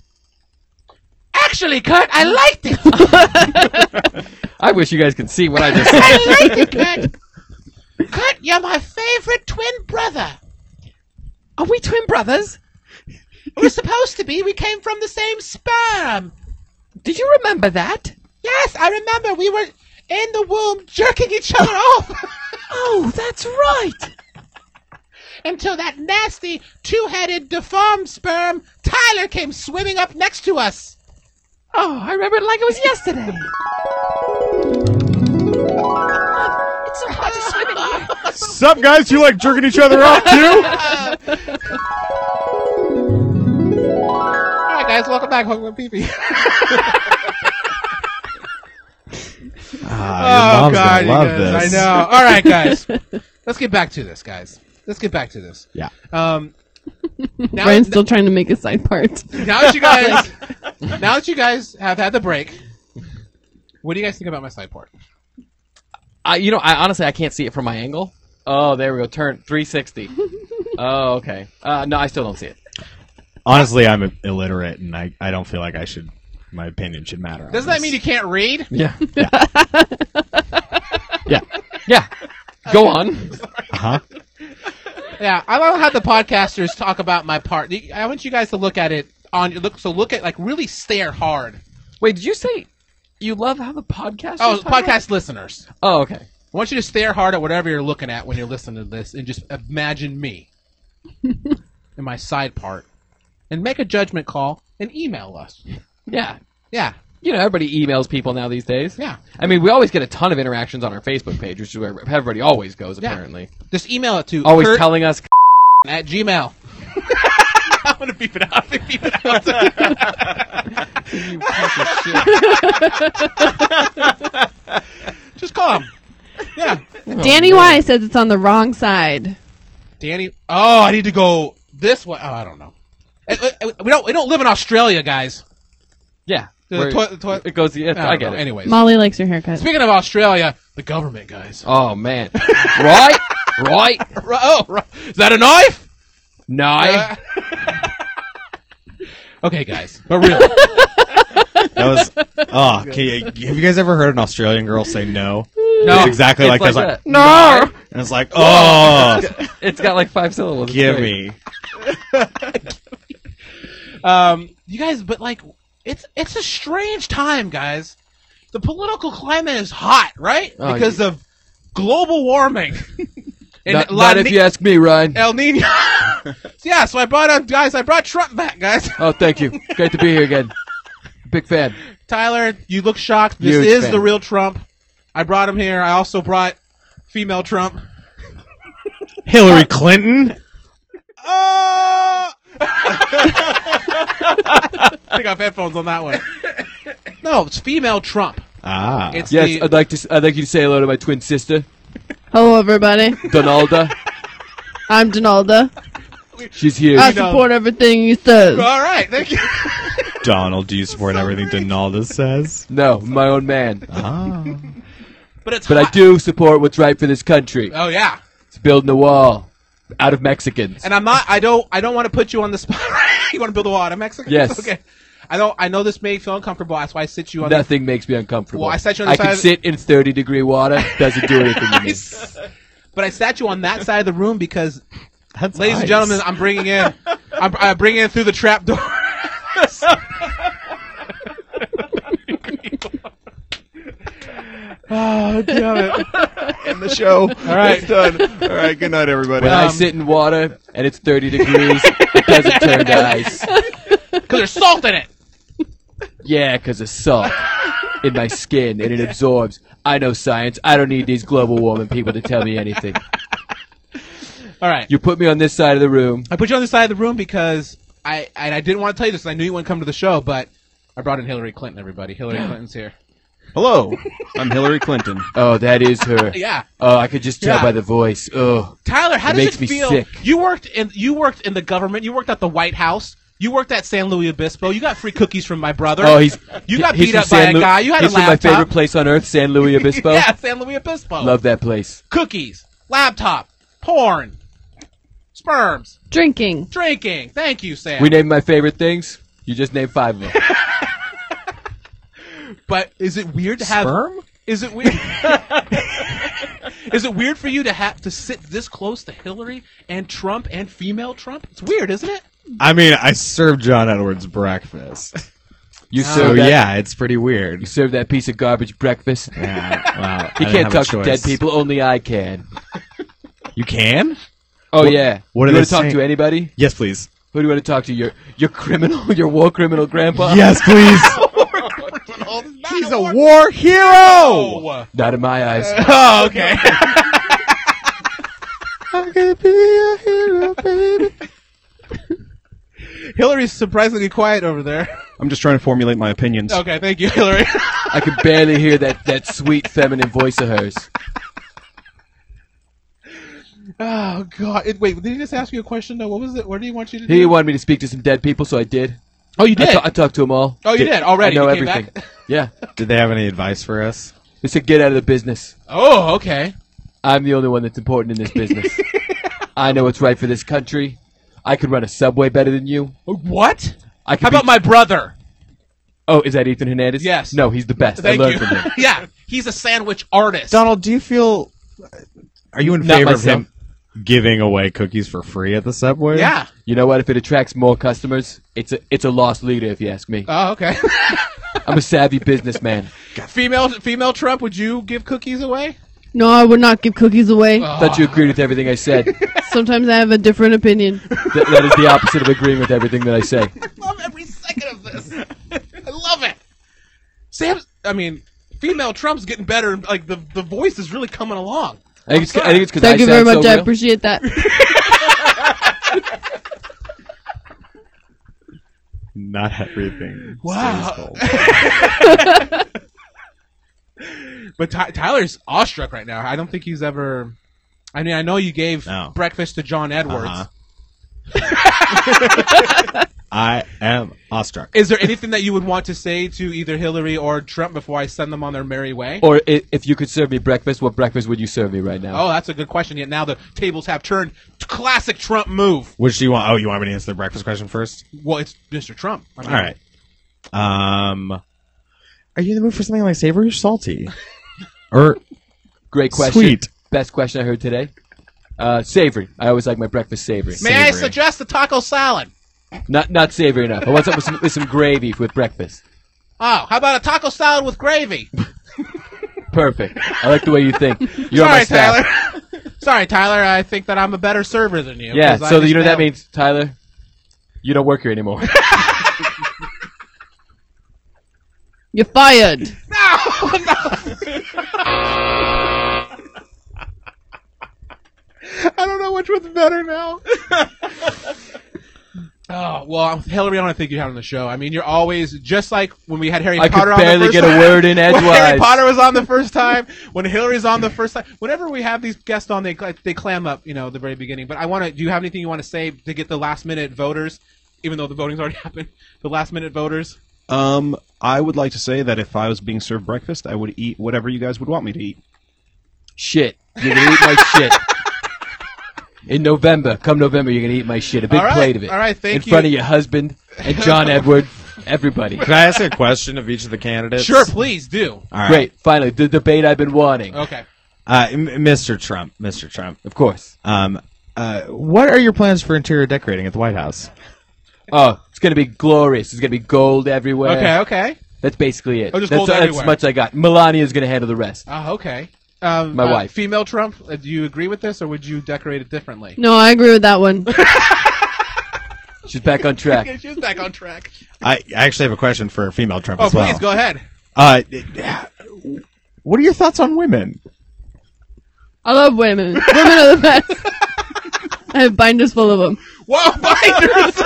Actually, Kurt, I liked it. I wish you guys could see what I just said. I liked it, Kurt. Kurt, you're my favorite twin brother. Are we twin brothers? We're supposed to be. We came from the same sperm. Did you remember that? Yes, I remember. We were in the womb jerking each other off. Oh, that's right. until that nasty, two-headed, deformed sperm, Tyler, came swimming up next to us. Oh, I remember it like it was yesterday. Sup, guys? You like jerking each other off, too? All right, guys, welcome back. Welcome to Pee Pee. Oh, Ah, your mom's gonna love this. I know. All right, guys, let's get back to this, guys. Let's get back to this. Yeah. Um. Now, Ryan's still trying to make a side part. now that you guys, now that you guys have had the break, what do you guys think about my side port? I, you know, I honestly I can't see it from my angle. Oh, there we go. Turn 360. oh, okay. Uh, no, I still don't see it. Honestly, I'm illiterate, and I, I don't feel like I should. My opinion should matter. on Doesn't that this. mean you can't read? Yeah. Yeah. Yeah. Go on. Huh? Yeah, I love how the podcasters talk about my part. I want you guys to look at it on look. So look at like really stare hard. Wait, did you say you love how the podcast? Oh, is talking about- podcast listeners, Oh, okay. I want you to stare hard at whatever you're looking at when you're listening to this, and just imagine me in my side part, and make a judgment call and email us. Yeah. Yeah, You know, everybody emails people now these days. yeah. I mean, we always get a ton of interactions on our Facebook page, which is where everybody always goes, Yeah. apparently. Just email it to Always Kurt telling us at Gmail. I'm gonna beep it out. I'm gonna beep it out. Just call him. Yeah, Oh, Danny Y says it's on the wrong side. Danny. Oh, I need to go this way. Oh, I don't know. Eh, eh, We don't. We don't live in Australia, guys. Yeah. The Where- toi- the toi- it goes. Yeah, I, don't get know. it. Anyways, Molly likes your haircut. speaking of Australia, the government, guys. Oh man. right. Right. Ri- Oh, ri- is that a knife? No. Okay, guys. But really, That was. Oh, can you, have you guys ever heard an Australian girl say no? no. It's exactly It's like, like that. It's that. Like, no. And it's like, oh, It's got like five syllables. It's give great. me. um, you guys, but like, it's it's a strange time, guys. The political climate is hot, right? Oh, because of global warming. and Not, La not if Ni- you ask me, Ryan. El Nino. yeah, so I brought on guys. I brought Trump back, guys. Oh, thank you. Great to be here again. Big fan. Tyler, you look shocked. This Huge is fan. the real Trump. I brought him here. I also brought female Trump. Hillary Clinton. Oh! I think I have headphones on that one. No, it's female Trump. Ah, It's Yes, uh, the, I'd like to. s- I'd like you to say hello to my twin sister, Hello, everybody. Donalda. I'm Donalda. She's here. I know. support everything you says. all right. Thank you. Donald. Do you support everything Donalda says? No, my own man. But it's But I do support what's right for this country. oh yeah. It's building a wall out of Mexicans. And I'm not. I don't. I don't want to put you on the spot. you want to build a wall out of Mexico? Yes. Okay. I don't. I know this may feel uncomfortable. That's why I sit you on. the Nothing makes me uncomfortable. Well, I sat you on the I can side of- sit in 30 degree water. Doesn't do anything to me. But I sat you on that side of the room because, ladies and gentlemen, I'm bringing in, I'm, i bring in through the trap door. oh damn it! End the show. All right. it's done. All right, good night, everybody. When I Um, sit in water and it's 30 degrees, it doesn't turn to ice. Because there's salt in it. Yeah, 'cause of salt in my skin and it absorbs. I know science. I don't need these global warming people to tell me anything. All right. You put me on this side of the room. I put you on the side of the room because I and I didn't want to tell you this. 'cause I knew you wouldn't come to the show, but I brought in Hillary Clinton. Everybody, Hillary Clinton's here. Hello, I'm Hillary Clinton. Oh, that is her. Yeah. Oh, I could just tell Yeah. by the voice. Oh, Tyler, how It does makes it me feel? sick. You worked in you worked in the government. You worked at the White House. You worked at San Luis Obispo. You got free cookies from my brother. oh, he's you got he's beat from up by San a Lu- guy. You had he's a from my laptop. favorite place on earth, San Luis Obispo. Yeah, San Luis Obispo. Love that place. cookies, laptop, porn, sperms, Drinking. drinking. Thank you, Sam. We named my favorite things. You just named five of them. but is it weird to have? Sperm? Is it weird? is it weird for you to have to sit this close to Hillary and Trump and female Trump? It's weird, isn't it? I mean, I served John Edwards breakfast, You so serve Oh, that, Oh, yeah, it's pretty weird. you serve that piece of garbage breakfast. Yeah, wow. You can't talk to dead people. Only I can. You can? Oh yeah. what are you they want to talk saying? to anybody? Yes, please. Who do you want to talk to? Your your criminal, your war criminal grandpa? Yes, please. He's a war hero. Oh, Not in my eyes. Oh, okay. I'm gonna be a hero, baby. Hillary's surprisingly quiet over there. I'm just trying to formulate my opinions. Okay, thank you, Hillary. I can barely hear that that sweet feminine voice of hers. oh God! It- wait, did he just ask you a question? No, what was it? What do you want you to do? He wanted me to speak to some dead people, so I did. oh, you I, did. ta- I talked to them all. oh, you did already. I know You came everything. back? Yeah. Did they have any advice for us? They said get out of the business. Oh, okay. I'm the only one that's important in this business. I know what's right for this country. I could run a subway better than you. Oh, What? I could How about be- my brother? Oh, is that Ethan Hernandez? Yes. No, he's the best. Thank I learned you. from him. yeah, he's a sandwich artist. Donald, do you feel? Are you in Not favor myself. of him giving away cookies for free at the subway? Yeah. You know what? If it attracts more customers, it's a it's a lost leader, if you ask me. Oh, okay. I'm a savvy businessman. female, female Trump. Would you give cookies away? No, I would not give cookies away. Oh. Thought you agreed with everything I said. Th- Sometimes I have a different opinion. that is the opposite of agreeing with everything that I say. love every second of this. I love it. Sam, I mean, female Trump's getting better. and, Like the the voice is really coming along. I think it's I think it's because I Thank you very sound much. so I real. appreciate that. not everything. Wow. But Ty- Tyler's awestruck right now. I don't think he's ever. I mean, I know you gave No. breakfast to John Edwards. Uh-huh. I Um, am awestruck. Is there anything that you would want to say to either Hillary or Trump before I send them on their merry way? Or i- if you could serve me breakfast, what breakfast would you serve me right now? Oh, that's a good question. Yet now the tables have turned. Classic Trump move. Which do you want? Oh, you want me to answer the breakfast question first? Well, it's Mr. Trump. I mean, All right. Um, are you in the mood for something like savory or salty? or Great question. Sweet. Best question I heard today. Uh, savory. I always like my breakfast savory. May I suggest a taco salad? Not not savory enough. I want something with some, with some gravy with breakfast. Oh, how about a taco salad with gravy? Perfect. I like the way you think. You're on Sorry, my staff. Tyler. Sorry, Tyler. I think that I'm a better server than you. Yeah. 'cause I So you just know that know- means Tyler, you don't work here anymore. You're fired. I don't know which one's better now. oh well, Hillary, I don't think you had on the show. I mean, you're always just like when we had Harry I could Potter. on the barely first get a time, word in When Harry edgewise. Potter was on the first time. When Hillary's on the first time. Whenever we have these guests on, they cl- they clam up. You know, the very beginning. But I want to. Do you have anything you want to say to get the last minute voters? Even though the voting's already happened, the last minute voters. Um, I would like to say that if I was being served breakfast, I would eat whatever you guys would want me to eat. shit. You're gonna eat my shit. In November, come November, you're gonna eat my shit. A big All right, plate of it. all right, thank In you. front of your husband and John Edward, everybody. can I ask a question of each of the candidates? Sure, Uh, please do. All right. Great. Finally, the debate I've been wanting. Okay. Uh, M- Mr. Trump. Mr. Trump. Of course. Um, uh, what are your plans for interior decorating at the White House? Oh, it's gonna be glorious. It's gonna be gold everywhere. Okay. Okay. That's basically it. Oh, just that's, gold that's everywhere. as much I got. Melania's gonna handle the rest. Oh, okay. Um, My uh, wife. Female Trump, uh, do you agree with this or would you decorate it differently? No, I agree with that one. She's back on Okay, track. she's back on track. I I actually have a question for female Trump Oh, as well. please go ahead. Uh, it- what are your thoughts on women? I love women. Women are the best. I have binders full of them. Whoa, binders!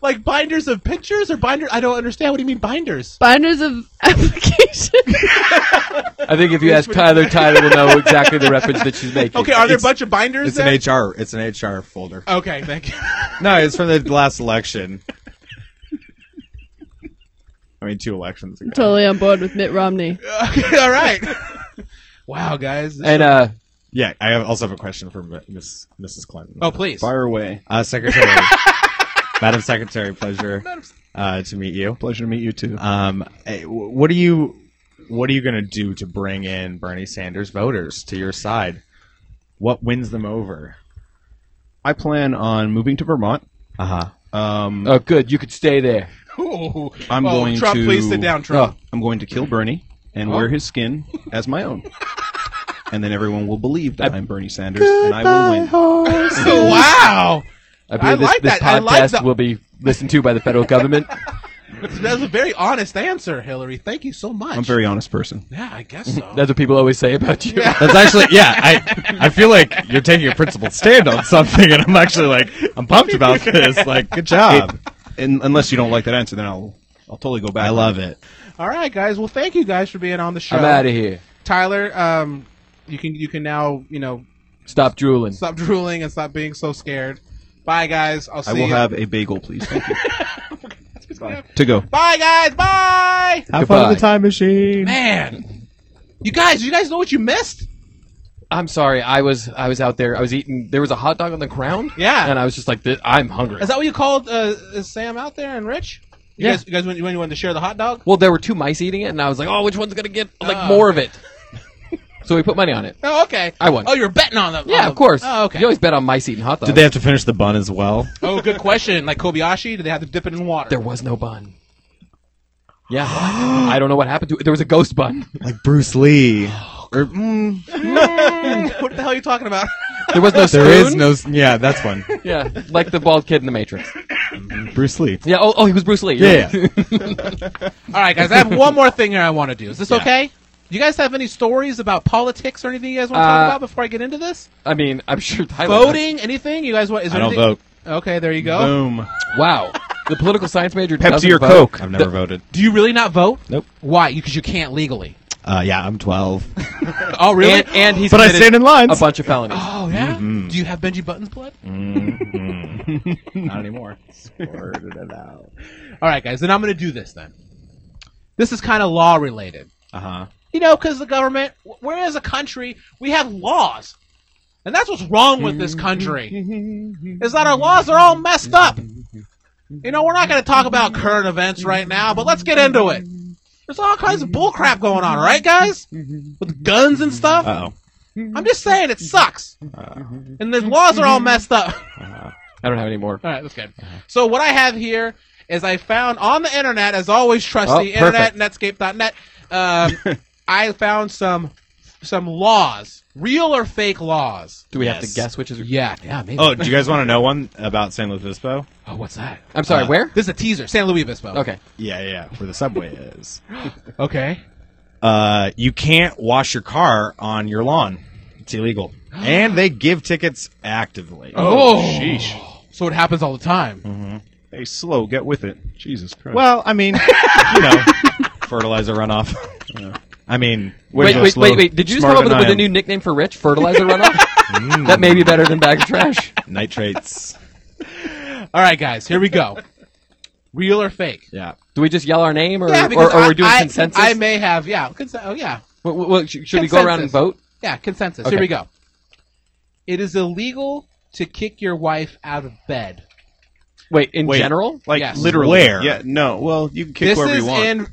like binders of pictures or binders? I don't understand. What do you mean binders? Binders of application. I think if you ask Tyler, Tyler will know exactly the reference that she's making. Okay, are there It's- a bunch of binders It's there? an HR. It's an HR folder. okay, thank you. No, it's from the last election. I mean, two elections ago. totally on board with Mitt Romney. Okay, all right. Wow, guys. this- And uh, Yeah, I have- also have a question for Mi- Miss, Mrs. Clinton. oh, please. Fire away. Uh, Secretary, Madam Secretary, pleasure uh, to meet you. Pleasure to meet you too. Uh, Um, eh, wh- what are you, what are you gonna do to bring in Bernie Sanders voters to your side? What wins them over? I plan on moving to Vermont. Uh huh. Um, oh, good, you could stay there. Ooh. I'm oh, going Trump, to- please sit down, Trump. I'm going to kill Bernie and wear his skin as my own. and then everyone will believe that I'm Bernie Sanders and I will win. wow. I believe I this, like this that. I podcast like the- will be listened to by the federal government. That was a very honest answer, Hillary. Thank you so much. I'm a very honest person. yeah, I guess so. That's what people always say about you. That's actually yeah. I I feel like you're taking a principled stand on something, and I'm actually like I'm pumped about this. Like, good job. And unless you don't like that answer, then I'll I'll totally go back. I love it. All right, guys. Well, thank you guys for being on the show. I'm out of here. Tyler, um, you can you can now you know Stop drooling. stop drooling and stop being so scared. Bye, guys. I'll see Oh I will you. have a bagel, please. Thank you. to go. Bye, guys. Bye. Have Goodbye. fun in the time machine. Man, you guys, you guys know what you missed? I'm sorry. I was I was out there. I was eating. There was a hot dog on the ground. Yeah. And I was just like, "Th- I'm hungry. Is that what you called uh, uh, Sam out there and Rich? You Yeah. guys, you guys, when, when you wanted to share the hot dog? well, there were two mice eating it, and I was like, "Oh, which one's gonna get like Oh, more of it?" so we put money on it. Oh, okay. I won. Oh, you're betting on them. on Yeah, them. of course. Oh, okay. You always bet on mice eating hot dogs. Did they have to finish the bun as well? oh, good question. Like Kobayashi, did they have to dip it in water? there was no bun. Yeah. I don't know what happened to it. There was a ghost bun. Like Bruce Lee. Oh, Or, mm, what the hell are you talking about? There was no spoon. there is no. s- Yeah, that's one. Yeah, like the bald kid in the Matrix. Bruce Lee. Yeah. Oh, oh he was Bruce Lee. Yeah. All right, guys. I have one more thing here I want to do. Is this okay? You guys have any stories about politics or anything you guys want to Uh, talk about before I get into this? I mean, I'm sure Tyler. Voting, anything you guys want? Is I there don't anything- vote. Okay, there you Oh. go. Boom. Wow. The political science major doesn't Pepsi or vote. Coke? I've never voted. Do you really not vote? Nope. Why? Because you can't legally. Uh, yeah, I'm 12. Oh, really? And, Mm-hmm. and he's But I committed Uh-huh. stand in lines. a bunch of felonies. oh, yeah. Do you have Benji Button's blood? Mm-hmm. Not anymore. Squirted it out. All right, guys. Then I'm going to do this then. This is kind of law related. Uh Uh-huh. huh. You know, because the government, we're as a country, we have laws. And that's what's wrong with this country. Is that our laws are all messed up. You know, we're not going to talk about current events right now, but let's get into it. There's all kinds of bullcrap going on, right, guys? With guns and stuff. Uh oh. I'm just saying, it sucks. And the laws are all messed up. I don't have any more. All right, that's good. Uh-huh. So what I have here is I found on the internet, as always, trust Oh, the internet, netscape.net. Um, I found some some laws, real or fake laws. Do we have Yes. to guess which is? Yeah, yeah, maybe. Oh, do you guys want to know one about San Luis Obispo? Oh, what's that? I'm sorry. where? This is a teaser. San Luis Obispo. Okay. Yeah, yeah, yeah, where the subway is. Okay. Uh, you can't wash your car on your lawn. It's illegal. And they give tickets actively. Oh, Sheesh. so it happens all the time. Hey, slow. Get with it. Jesus Christ. Well, I mean, you know, fertilizer runoff. I mean, Wait, you're wait, slow- wait, wait. Did you just come smarter up with, than with I a am. new nickname for Rich? Fertilizer runoff. That may be better than bag of trash. nitrates? All right, guys, here we go. Real or fake? Yeah. Do we just yell our name, or Yeah, or, because or I- we're doing I, consensus? I may have, yeah. Consen- oh, yeah. Well, well, well, sh- should we go around and Consensus. vote? Yeah, consensus. Okay. Here we go. It is illegal to kick your wife out of bed. Wait, in Wait. general? like Yes. literally. Where? Yeah. No. Well, you can kick this whoever is you want. in.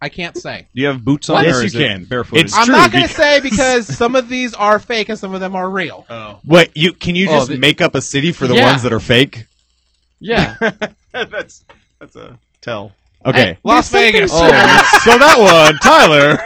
I can't say. Do you have boots on? Yes, or you is it can. Barefoot. It's- I'm true, not going to because- say because some of these are fake and some of them are real. What you can you Oh, just the- make up a city for the Yeah. ones that are fake? Yeah. that's that's a tell. Okay. Las Vegas. Oh, no, so that one, Tyler.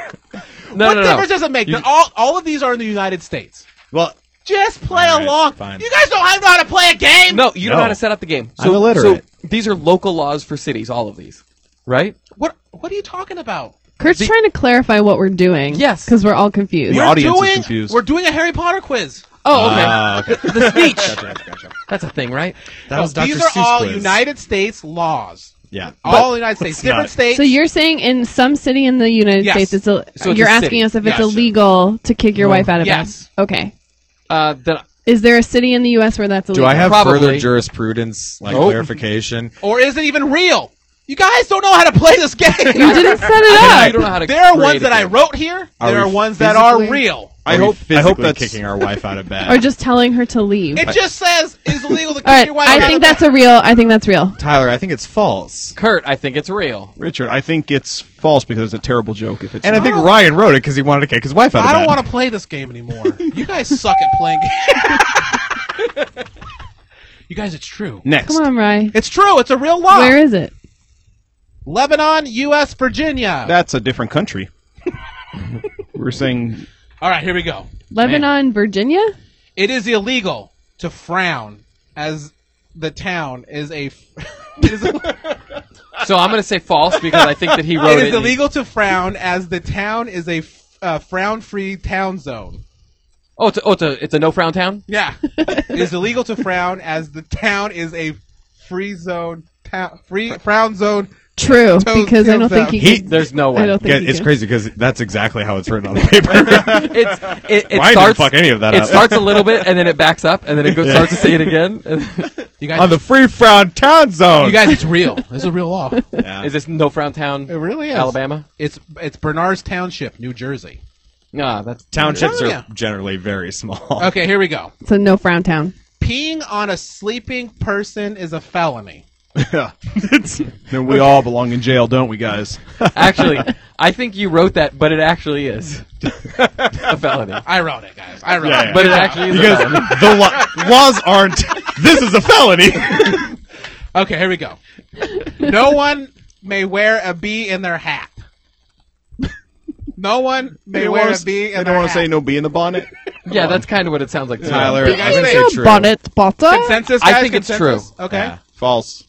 no, what no, no. difference does it make? They're all all of these are in the United States. Well, Just play All right, along. fine. You guys don't know how to play a game. No, you don't know No. how to set up the game. I'm illiterate. So these are local laws for cities, all of these, right? What What are you talking about? Kurt's trying to clarify what we're doing. Yes. Because we're all confused. The Yeah. we're audience is doing, confused. We're doing a Harry Potter quiz. Oh, okay. uh, okay. the speech. That's a thing, right? that was Dr. these are Seuss all quiz. United States laws. Yeah. all United States, different not- states. So you're saying in some city in the United Yes. States, it's, a, So it's you're a asking city. us if it's Gotcha. illegal to kick your wife out of Yes. bed. Okay. Uh, then Is there a city in the U.S. where that's Do illegal? I have Probably. further jurisprudence like Nope. clarification? or is it even real? You guys don't know how to play this You game. didn't set you it up. don't know how to. there are create ones a that I game. wrote here. Are there are we ones that are physically- real. I hope- I hope I hope hope that's Oh, that's- kicking our wife out of Or bed. just telling her to leave. It just says it's illegal to kick All right. your wife. I out think of that's a real. I think that's real. Tyler, I think it's false. Kurt, I think it's real. Richard, I think it's false because it's a terrible joke. If it's And I not. think Ryan wrote it because he wanted to kick his wife out of bed. I bed. don't want to play this game anymore. you guys suck at playing. games. you guys, it's true. next. Come on, Rye. It's true. It's a real law. Where is it? Lebanon, U.S., Virginia. That's a different country. We're saying All right, here we go. Lebanon, Virginia. It is illegal to frown as the town is a. it is- So I'm going to say false because I think that he Oh, wrote It it. is illegal to frown as the town is a f- uh, frown-free town zone. Oh, it's a, oh, it's a, it's a no frown town. Yeah, it is illegal to frown as the town is a free zone town, free frown zone. True, Toes- because I tails don't think out. he. He- could- There's no I way. don't It's, think Get- he it's could. crazy because that's exactly how it's written on the paper. it, it Ryan didn't starts. fuck any of that it up. starts a little bit and then it backs up and then it goes, starts to say it again. You guys, on the free frown town zone. you guys, it's real. It's a real law. It Yeah. is this no frown town? really is. Alabama? It's it's Bernard's Township, New Jersey. Nah, that's Townships Oh, are yeah. generally very small. Okay, here we go. It's a no frown town. Peeing on a sleeping person is a felony. then we all belong in jail, don't we, guys? actually. I think you wrote that, but it actually is a felony. I wrote it, guys. I wrote Yeah, it. yeah. But it actually is. A Because felony. the lo- laws aren't. This is a felony. Okay, here we go. no one may wear a bee in their hat. No one may don't wear wanna a s- bee They in don't their want to hat. say no bee in the bonnet. Yeah, that's kind of what it sounds like. To me. Tyler, I Is think your it's true. bonnet butter? Consensus, I guys? think it's Consensus? Okay. Yeah. False.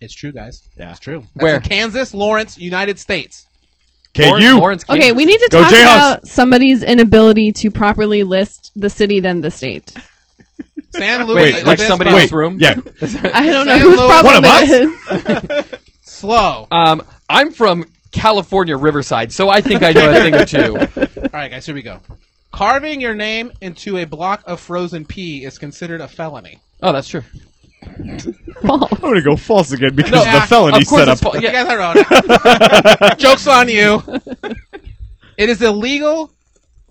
It's true, guys. Yeah. It's true. That's Where? in Kansas, Lawrence, United States. Can Lawrence- you? Lawrence Kane. Okay, we need to Go talk Jayhawks. about somebody's inability to properly list the city then the state. Sam Lewis. Wait, like somebody in this room? Yeah. I don't know Sam whose Lewis- problem One of that is. Slow. All Um, I'm from California Riverside, so I think I know a thing or two. right, guys, here we go. Carving your name into a block of frozen pea is considered a felony. Oh, that's true. I'm going to go false again because No, of the yeah, felony of course it's setup. fa- You yeah. guys are on it. Joke's on you. It is illegal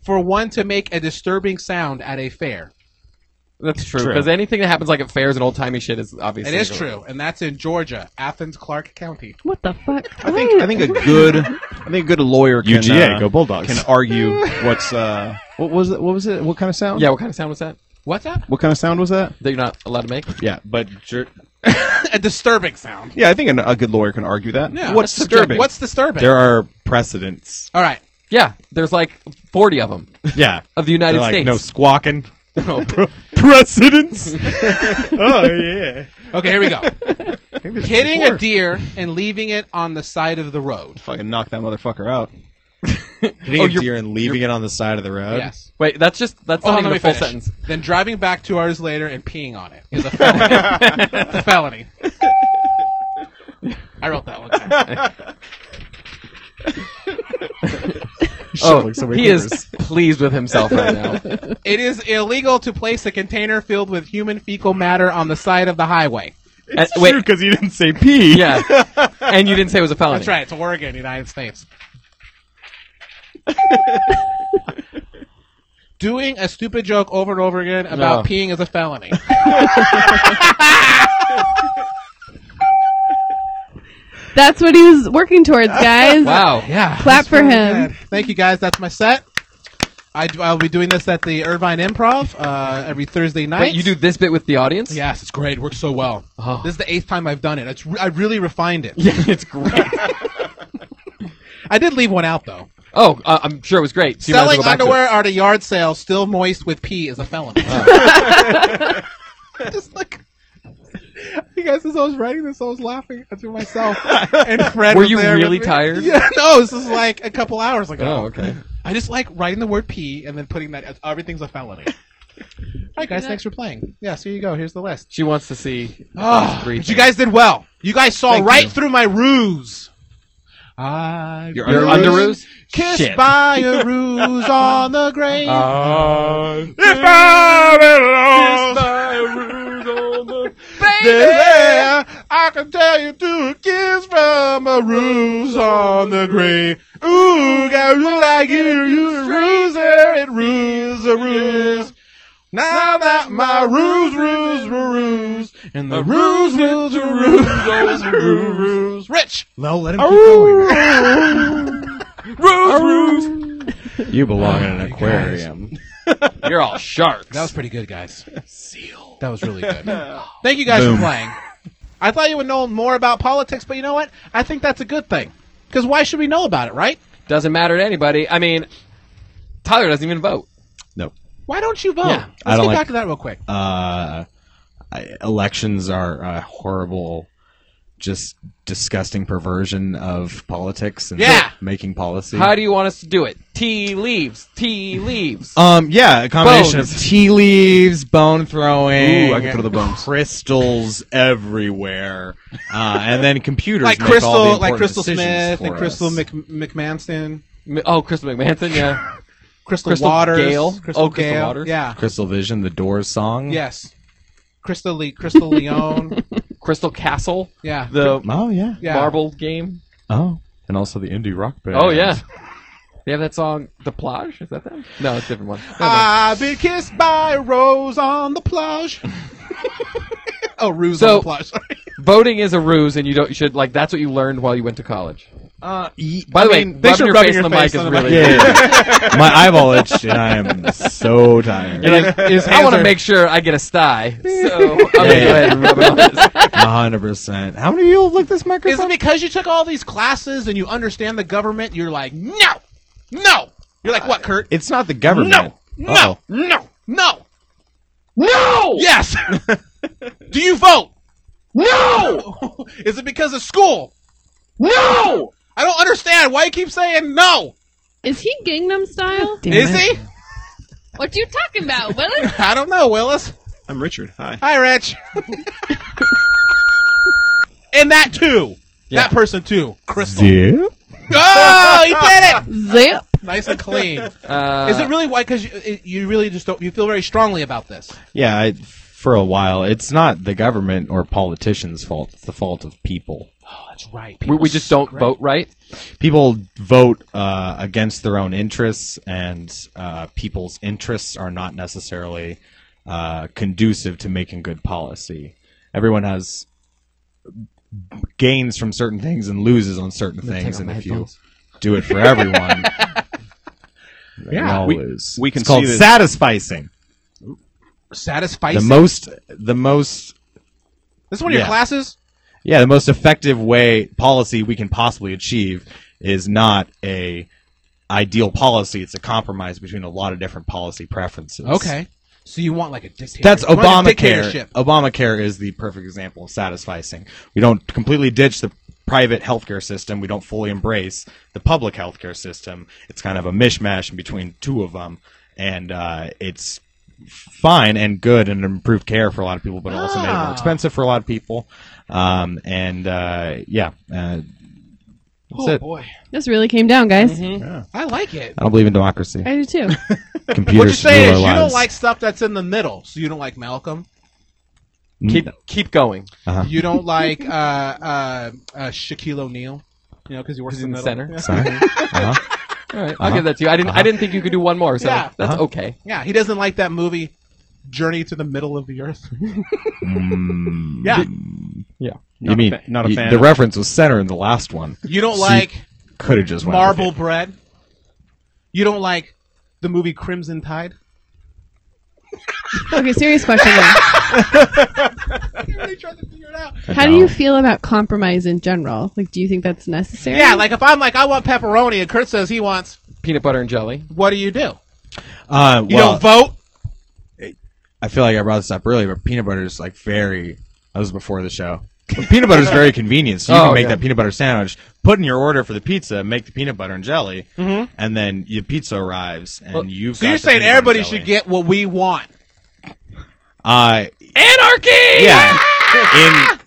for one to make a disturbing sound at a fair. That's true. Because anything that happens like at fairs and old timey shit is It obviously is illegal. true, and that's in Georgia, Athens Clark County. What the fuck? I think I think a good I think a good lawyer can UGA, uh, go Bulldogs. can argue what's uh what was it what was it what kind of sound Yeah. What kind of sound was that? What's that? what kind of sound was that? That you're not allowed to make? yeah but jer- a disturbing sound. Yeah, I think an, a good lawyer can argue that. Yeah. What's That's disturbing? What's disturbing? there are precedents All right. Yeah. There's like 40 of them yeah of the United They're like States. no squawking precedence? oh yeah. Okay, here we go. Hitting a deer and leaving it on the side of the road. Fucking knock that motherfucker out. hitting Oh, a you're- deer and leaving it on the side of the road Yes. Wait, that's just that's Oh, not hold even on, a let full me finish. sentence. Then driving back two hours later and peeing on it is a felony. it's a felony. I wrote that one. down. Oh, he is pleased with himself right now. It is illegal to place a container filled with human fecal matter on the side of the highway. And- wait, because he didn't say pee. yeah, and you didn't say it was a felony. That's right. It's Oregon, United States. Doing a stupid joke over and over again about No. peeing is a felony. That's what he was working towards, guys. Wow. Yeah. Clap for Good. him. Thank you guys. That's my set. I will be doing this at the Irvine Improv uh, every Thursday night. Wait, you do this bit with the audience? Yes, it's great. It works so well. Uh-huh. Oh. This is the eighth time I've done it. It's re- I really refined it. Yeah, it's great. I did leave one out though. Oh, uh, I'm sure it was great. So you might as well Selling go back to it. underwear at a yard sale still moist with pee is a felony. Oh. Just like you guys, as I was writing this, I was laughing to myself. And Fred Were was you there with really me. tired? Yeah, no, this is like a couple hours ago. Oh, okay. I just like writing the word pee and then putting that as everything's a felony. All right, guys, thanks for playing. Yeah, so here you go. Here's the list. She wants to see. Oh, three but you guys did well. You guys saw Thank right you. through my ruse. I Your Your Under underoos? kissed Shit. by a ruse on the grave. If I there, I can tell you to a kiss from a ruse on the grave. Ooh, got you like you, you a ruser, it ruse a ruse. Now that my ruse, ruse, ruse, and the ruse, ruse, ruse, ruse, ruse. Rich! No, let him keep going. you belong in an aquarium You're all sharks. That was pretty good, guys. Seal. That was really good. Thank you guys for playing. I thought you would know more about politics, but you know what? I think that's a good thing. Because why should we know about it, right? Doesn't matter to anybody. I mean, Tyler doesn't even vote. no Why don't you vote? Let's I get don't like- back to that real quick. uh, I- elections are a horrible, just disgusting perversion of politics and Yeah. making policy. How do you want us to do it? Tea leaves. Tea leaves. um, yeah, a combination of Bones. tea leaves, bone throwing, Ooh, I can throw the bones. crystals everywhere, uh, and then computers like make all the Crystal, like important Crystal decisions Smith and for Crystal us. Mc, McManston, M- Oh, Crystal McManson. Yeah. Crystal, Crystal Waters, Gale? Crystal Oh, Crystal Gale, Waters. yeah, Crystal Vision, the Doors song. yes, Crystal Le- Crystal Leone, Crystal Oh, Castle. yeah, The Oh yeah. yeah. marble game. Oh, and also the indie rock band. Oh yeah. They have that song, The Plage? Is that them? No, it's a different one. I've been kissed by a rose on the plage. oh, ruse on So- the plage. Sorry. Voting is a ruse, and you don't you should like that's what you learned while you went to college. Uh, ye- By the way, mean, rubbing your face on the mic is really. Yeah, yeah, yeah. my eyeball itched and I am so tired. I want to make sure I get a sty, so I'm gonna Yeah, yeah. go ahead and rub it on his- hundred percent. How many of you lick this Is it microphone? because you took all these classes and you understand the government? You're like, no, no. You're like, what, Kurt? It's not the government. No, no, no, no, no. Yes. Do you vote? No. Is it because of school? No. I don't understand why you keep saying no. Is he Gangnam Style? Damn Is it. he? What you talking about, Willis? I don't know, Willis. I'm Richard. Hi. Hi, Rich. and that too. That person too. Crystal. Yeah. Oh, you did it. Zip. nice and clean. Uh, Is it really why? Because you, it- you really just don't. You feel very strongly about this. Yeah, I, for a while, it's not the government or politicians' fault. It's the fault of people. That's right. we, we just don't vote right? People vote uh, against their own interests, and uh, people's interests are not necessarily uh, conducive to making good policy. Everyone has gains from certain things and loses on certain things, off and my if you headphones. do it for everyone, yeah, we- lose. we can it's called see this- satisficing. Satisficing. The most, the most this is one of your yeah. classes. Yeah, the most effective way policy we can possibly achieve is not a ideal policy. It's a compromise between a lot of different policy preferences. Okay. So you want like a dictator? That's you want a Obamacare. dictatorship. Obamacare is the perfect example of satisficing. We don't completely ditch the private healthcare system. We don't fully embrace the public healthcare system. It's kind of a mishmash in between two of them, and uh, it's fine and good and improved care for a lot of people, but it also made it more expensive for a lot of people. Um, and uh, yeah, uh, that's it. Oh, boy, This really came down, guys. I like it. I don't believe in democracy. I do too. Computers What you're saying rule is our you lives. don't like stuff that's in the middle. So you don't like Malcolm. Keep, keep going. You don't like uh, uh, uh, Shaquille O'Neal. You know, because he works He's in in the the middle. center. Yeah. Sorry. Uh-huh. All right, I'll give that to you. I Uh-huh. didn't. I didn't think you could do one more, so Yeah. that's okay. Yeah, he doesn't like that movie, Journey to the Middle of the Earth. Mm. yeah, you mean fa- not a you- fan the of- reference was center in the last one. you don't See, like Could have just went with Marble it. Bread. You don't like the movie Crimson Tide. okay, serious question. Though. You're really trying to figure it out. How do you feel about compromise in general? Like, do you think that's necessary? Yeah, like if I'm like I want pepperoni and Kurt says he wants, Peanut butter and jelly. what do you do? Uh, well, You don't vote. I feel like I brought this up earlier, but peanut butter is like very. That was before the show. But peanut butter is very convenient. So you Oh, can make yeah. that peanut butter sandwich, put in your order for the pizza, make the peanut butter and jelly, and then your pizza arrives, and Well, Mm-hmm. you've. So got you're the saying peanut butter everybody and jelly. should get what we want. Uh, Anarchy. yeah.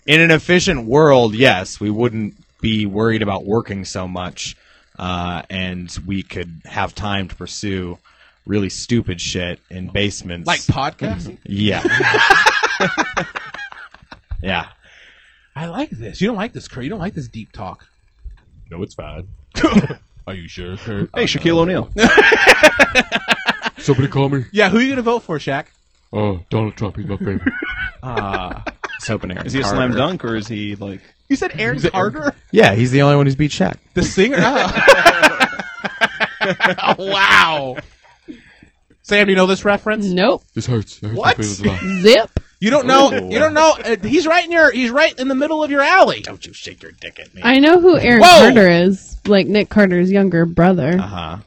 in in an efficient world, yes, we wouldn't be worried about working so much, uh, and we could have time to pursue really stupid shit in basements, Like podcast. yeah, yeah. I like this. You don't like this, Kurt. You don't like this deep talk. No, it's bad. Are you sure, Kurt? Hey, Shaquille Oh, O'Neal. Somebody call me. Yeah, who are you gonna vote for, Shaq? Oh, Donald Trump is my favorite. Uh, it's opening. Is he a slam dunk or is he like? You said Aaron Carter, Yeah, he's the only one who's beat Shaq. the singer. Oh. wow. Sam, do you know this reference? nope. This hurts. It hurts What? feelings a lot. Zip. You don't know. You don't know. Uh, he's right in your. He's right in the middle of your alley. Don't you shake your dick at me. I know who Aaron Whoa! Carter is, like Nick Carter's younger brother, Uh huh.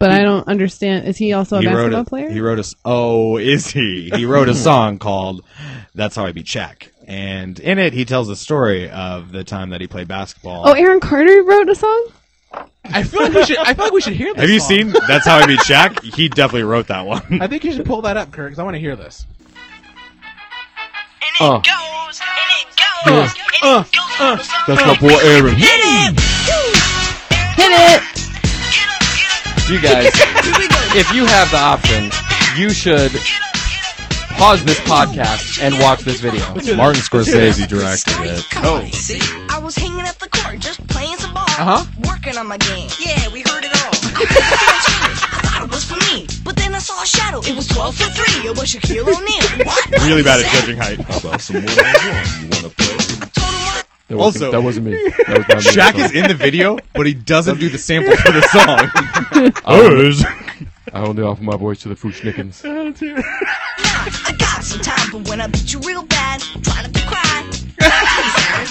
but I don't understand. Is he also a wrote Oh, basketball a, player? He wrote a. s- Oh, is he? He wrote a song called "That's How I Beat Shaq," and in it he tells a story of the time that he played basketball. oh, Aaron Carter wrote a song. I feel like we should. I feel like we should hear this. Have you song. seen "That's How I Beat Shaq"? He definitely wrote that one. I think you should pull that up, Kirk, because I want to hear this. And it Uh. goes, and it goes, Uh, and it goes. That's my boy Aaron. Hit it! Hit it. Get up, get up, You guys, if you have the option, you should get up, get up. pause this podcast and watch this video. Martin Scorsese directed it. Oh. I was hanging at the court just playing some ball. Uh-huh. Working on my game. Yeah, we heard it all. I was feeling challenged. I thought it was for me. But then I saw a shadow. It was 12 for 3. It was Shaquille O'Neal. What? Really bad at judging height. Total one. That wasn't- Also- that wasn't me. That was not me. Shaq is in the video, but he doesn't do the sample for the song. Oh, Um, I only offer my voice to the Fushnikins. I got some time, but when I beat you real bad, try not to cry.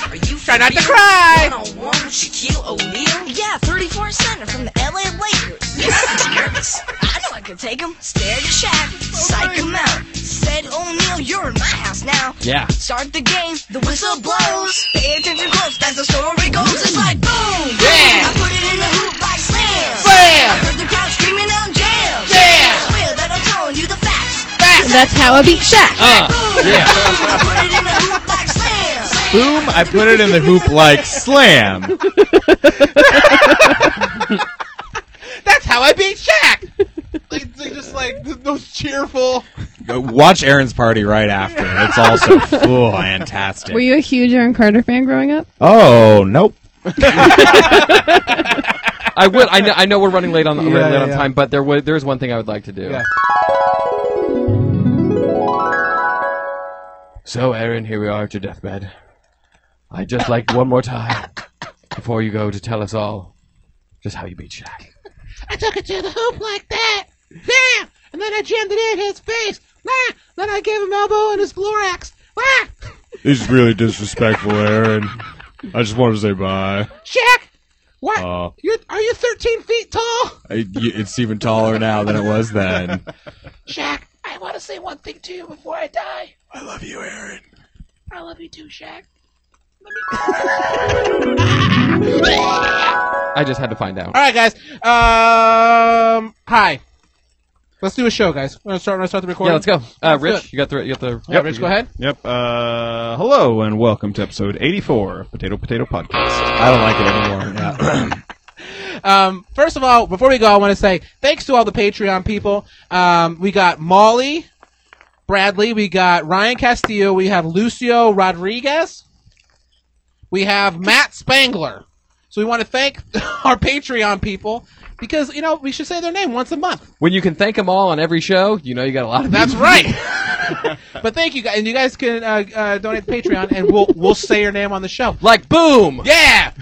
Are you try not to cry. One on one with Shaquille O'Neal. Yeah, 34 center from the LA Lakers. Yes, I'm nervous. I know I could take him. Stared at Shaq, psych him out. Said O'Neal, you're in my house now. Yeah. Start the game, the whistle blows. Pay attention close, as the story goes. It's like boom. Yeah. I put it in the hoop like slam. Slam. I heard the crowd screaming out jam. Jam. I swear that I'm telling you the facts. Facts. Cause That's how I beat Shaq. Uh, Put it in the hoop like slam. Boom! I put it in the hoop like slam. That's how I beat Shaq. like, they just like th- those cheerful. Go watch Aaron's party right after. It's also oh, fantastic. Were you a huge Aaron Carter fan growing up? oh nope. I would. I know. I know we're running late on Yeah, late on yeah. time, but there was there is one thing I would like to do. Yeah. So, Aaron, here we are at your deathbed. I'd just like one more time before you go to tell us all just how you beat Shaq. I took it to the hoop like that. Bam! And then I jammed it in his face. Wah! Then I gave him elbow in his thorax. Wah! This is really disrespectful, Aaron. I just wanted to say bye. Shaq! What? Uh, You're, are you 13 feet tall? I- y- It's even taller now than it was then. Shaq, I want to say one thing to you before I die. I love you, Aaron. I love you too, Shaq. I just had to find out. All right, guys. Um, hi. Let's do a show, guys. Want to start? Want to start the recording? Yeah, let's go. Uh, Let's do Rich, it. you got the you got the. Yeah, Rich, go ahead. Yep. Uh, hello and welcome to episode 84 of Potato Potato Podcast. I don't like it anymore. Yeah. Um, first of all, before we go, I want to say thanks to all the Patreon people. Um, we got Molly, Bradley, we got Ryan Castillo, we have Lucio Rodriguez, we have Matt Spangler. So we want to thank our Patreon people because you know we should say their name once a month. When you can thank them all on every show, you know you got a lot of. That's right. but thank you guys, and you guys can uh, uh, donate to Patreon, and we'll we'll say your name on the show. Like boom. Yeah,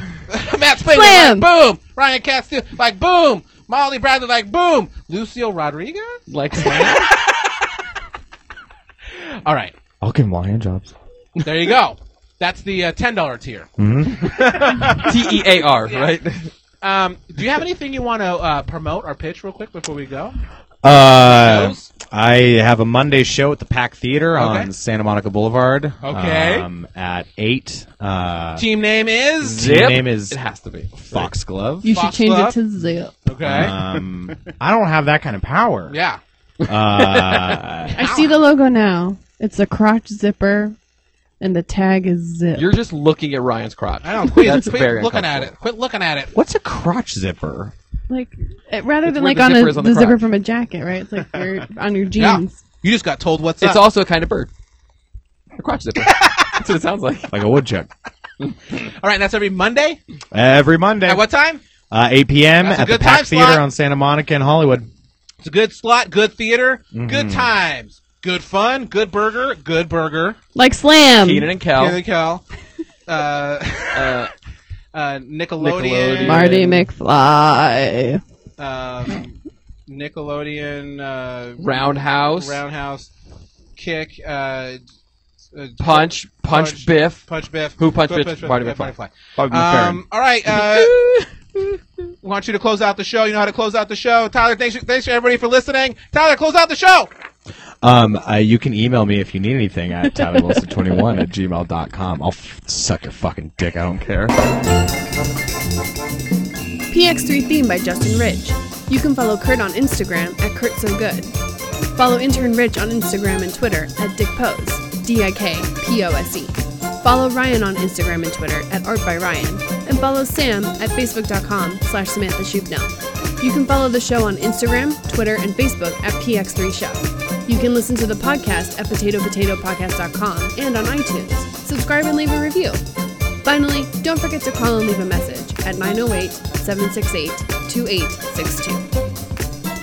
Matt Spangler, Slam! like, boom. Ryan Castillo, like boom. Molly Bradley, like boom. Lucio Rodriguez. Like. All right, I'll give him all hand jobs. there you go. That's the uh, ten dollar tier. Mm-hmm. T E A R, right? Um, do you have anything you want to uh, promote or pitch real quick before we go? Uh, Shows? I have a Monday show at the Pack Theater Okay. on Santa Monica Boulevard. Okay. Um, at eight. Uh, Team name is team Zip. name is It has to be. Foxglove. You should Fox change Club. it to Zip. okay. Um, I don't have that kind of power. yeah. Uh, I see the logo now. It's a crotch zipper, and the tag is Zip. You're just looking at Ryan's crotch. I don't. Quit, That's very quit looking at uncomfortable. it. Quit looking at it. what's a crotch zipper? like eh, rather It's than where like the on, zipper a, is on the the, zipper crotch. from a jacket, right? It's like your on your Yeah. jeans. You just got told what's It's up. also a kind of bird. A crotch zipper. That's what it sounds like. Like a woodchuck. all right. And that's every Monday. Every Monday, At what time? uh, 8 p.m. That's a at the good time Pack Theater slot. on Santa Monica in Hollywood. It's a good slot, good theater, Mm-hmm. good times, good fun, good burger, good burger. Like slam. Keenan and Kel. Here they go. Uh, Uh, uh, Nickelodeon. Nickelodeon. Marty McFly. Um, Nickelodeon. Uh, roundhouse. roundhouse. Kick. Uh, uh, punch. Punch. Punch. Biff. Punch Biff. Who punched Punch Biff? Marty Biff, McFly. Bobby Um, all right. Uh, want you to close out the show. You know how to close out the show. Tyler, thanks, thanks everybody for listening. Tyler, close out the show. Um, uh, you can email me if you need anything at tylerwilson21 at gmail.com. I'll f- suck your fucking dick. I don't care. PX3 theme by Justin Ridge. You can follow Kurt on Instagram at Kurt So Good. Follow intern Ridge on Instagram and Twitter at Dick Pose, D I K P O S E. Follow Ryan on Instagram and Twitter at Art by Ryan, and follow Sam at facebook.com slash Samantha Shupnell. You can follow the show on Instagram, Twitter, and Facebook at PX3 Show. You can listen to the podcast at potato.potatopodcast.com and on iTunes. Subscribe and leave a review. Finally, don't forget to call and leave a message at 908 768 2862.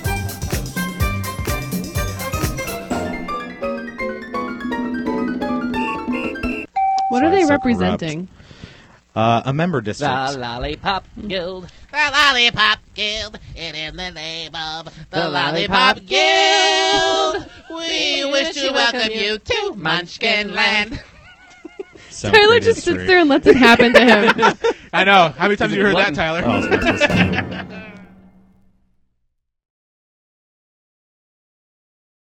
What are Sorry, they so representing? Uh, a member district. Lollipop Guild. The Lollipop Guild, and in the name of the, The Lollipop, Lollipop Guild, we wish to welcome you to Munchkin Land. Tyler just sits there and lets it happen to him. I know. How many times have you heuld heard that, Tyler? there.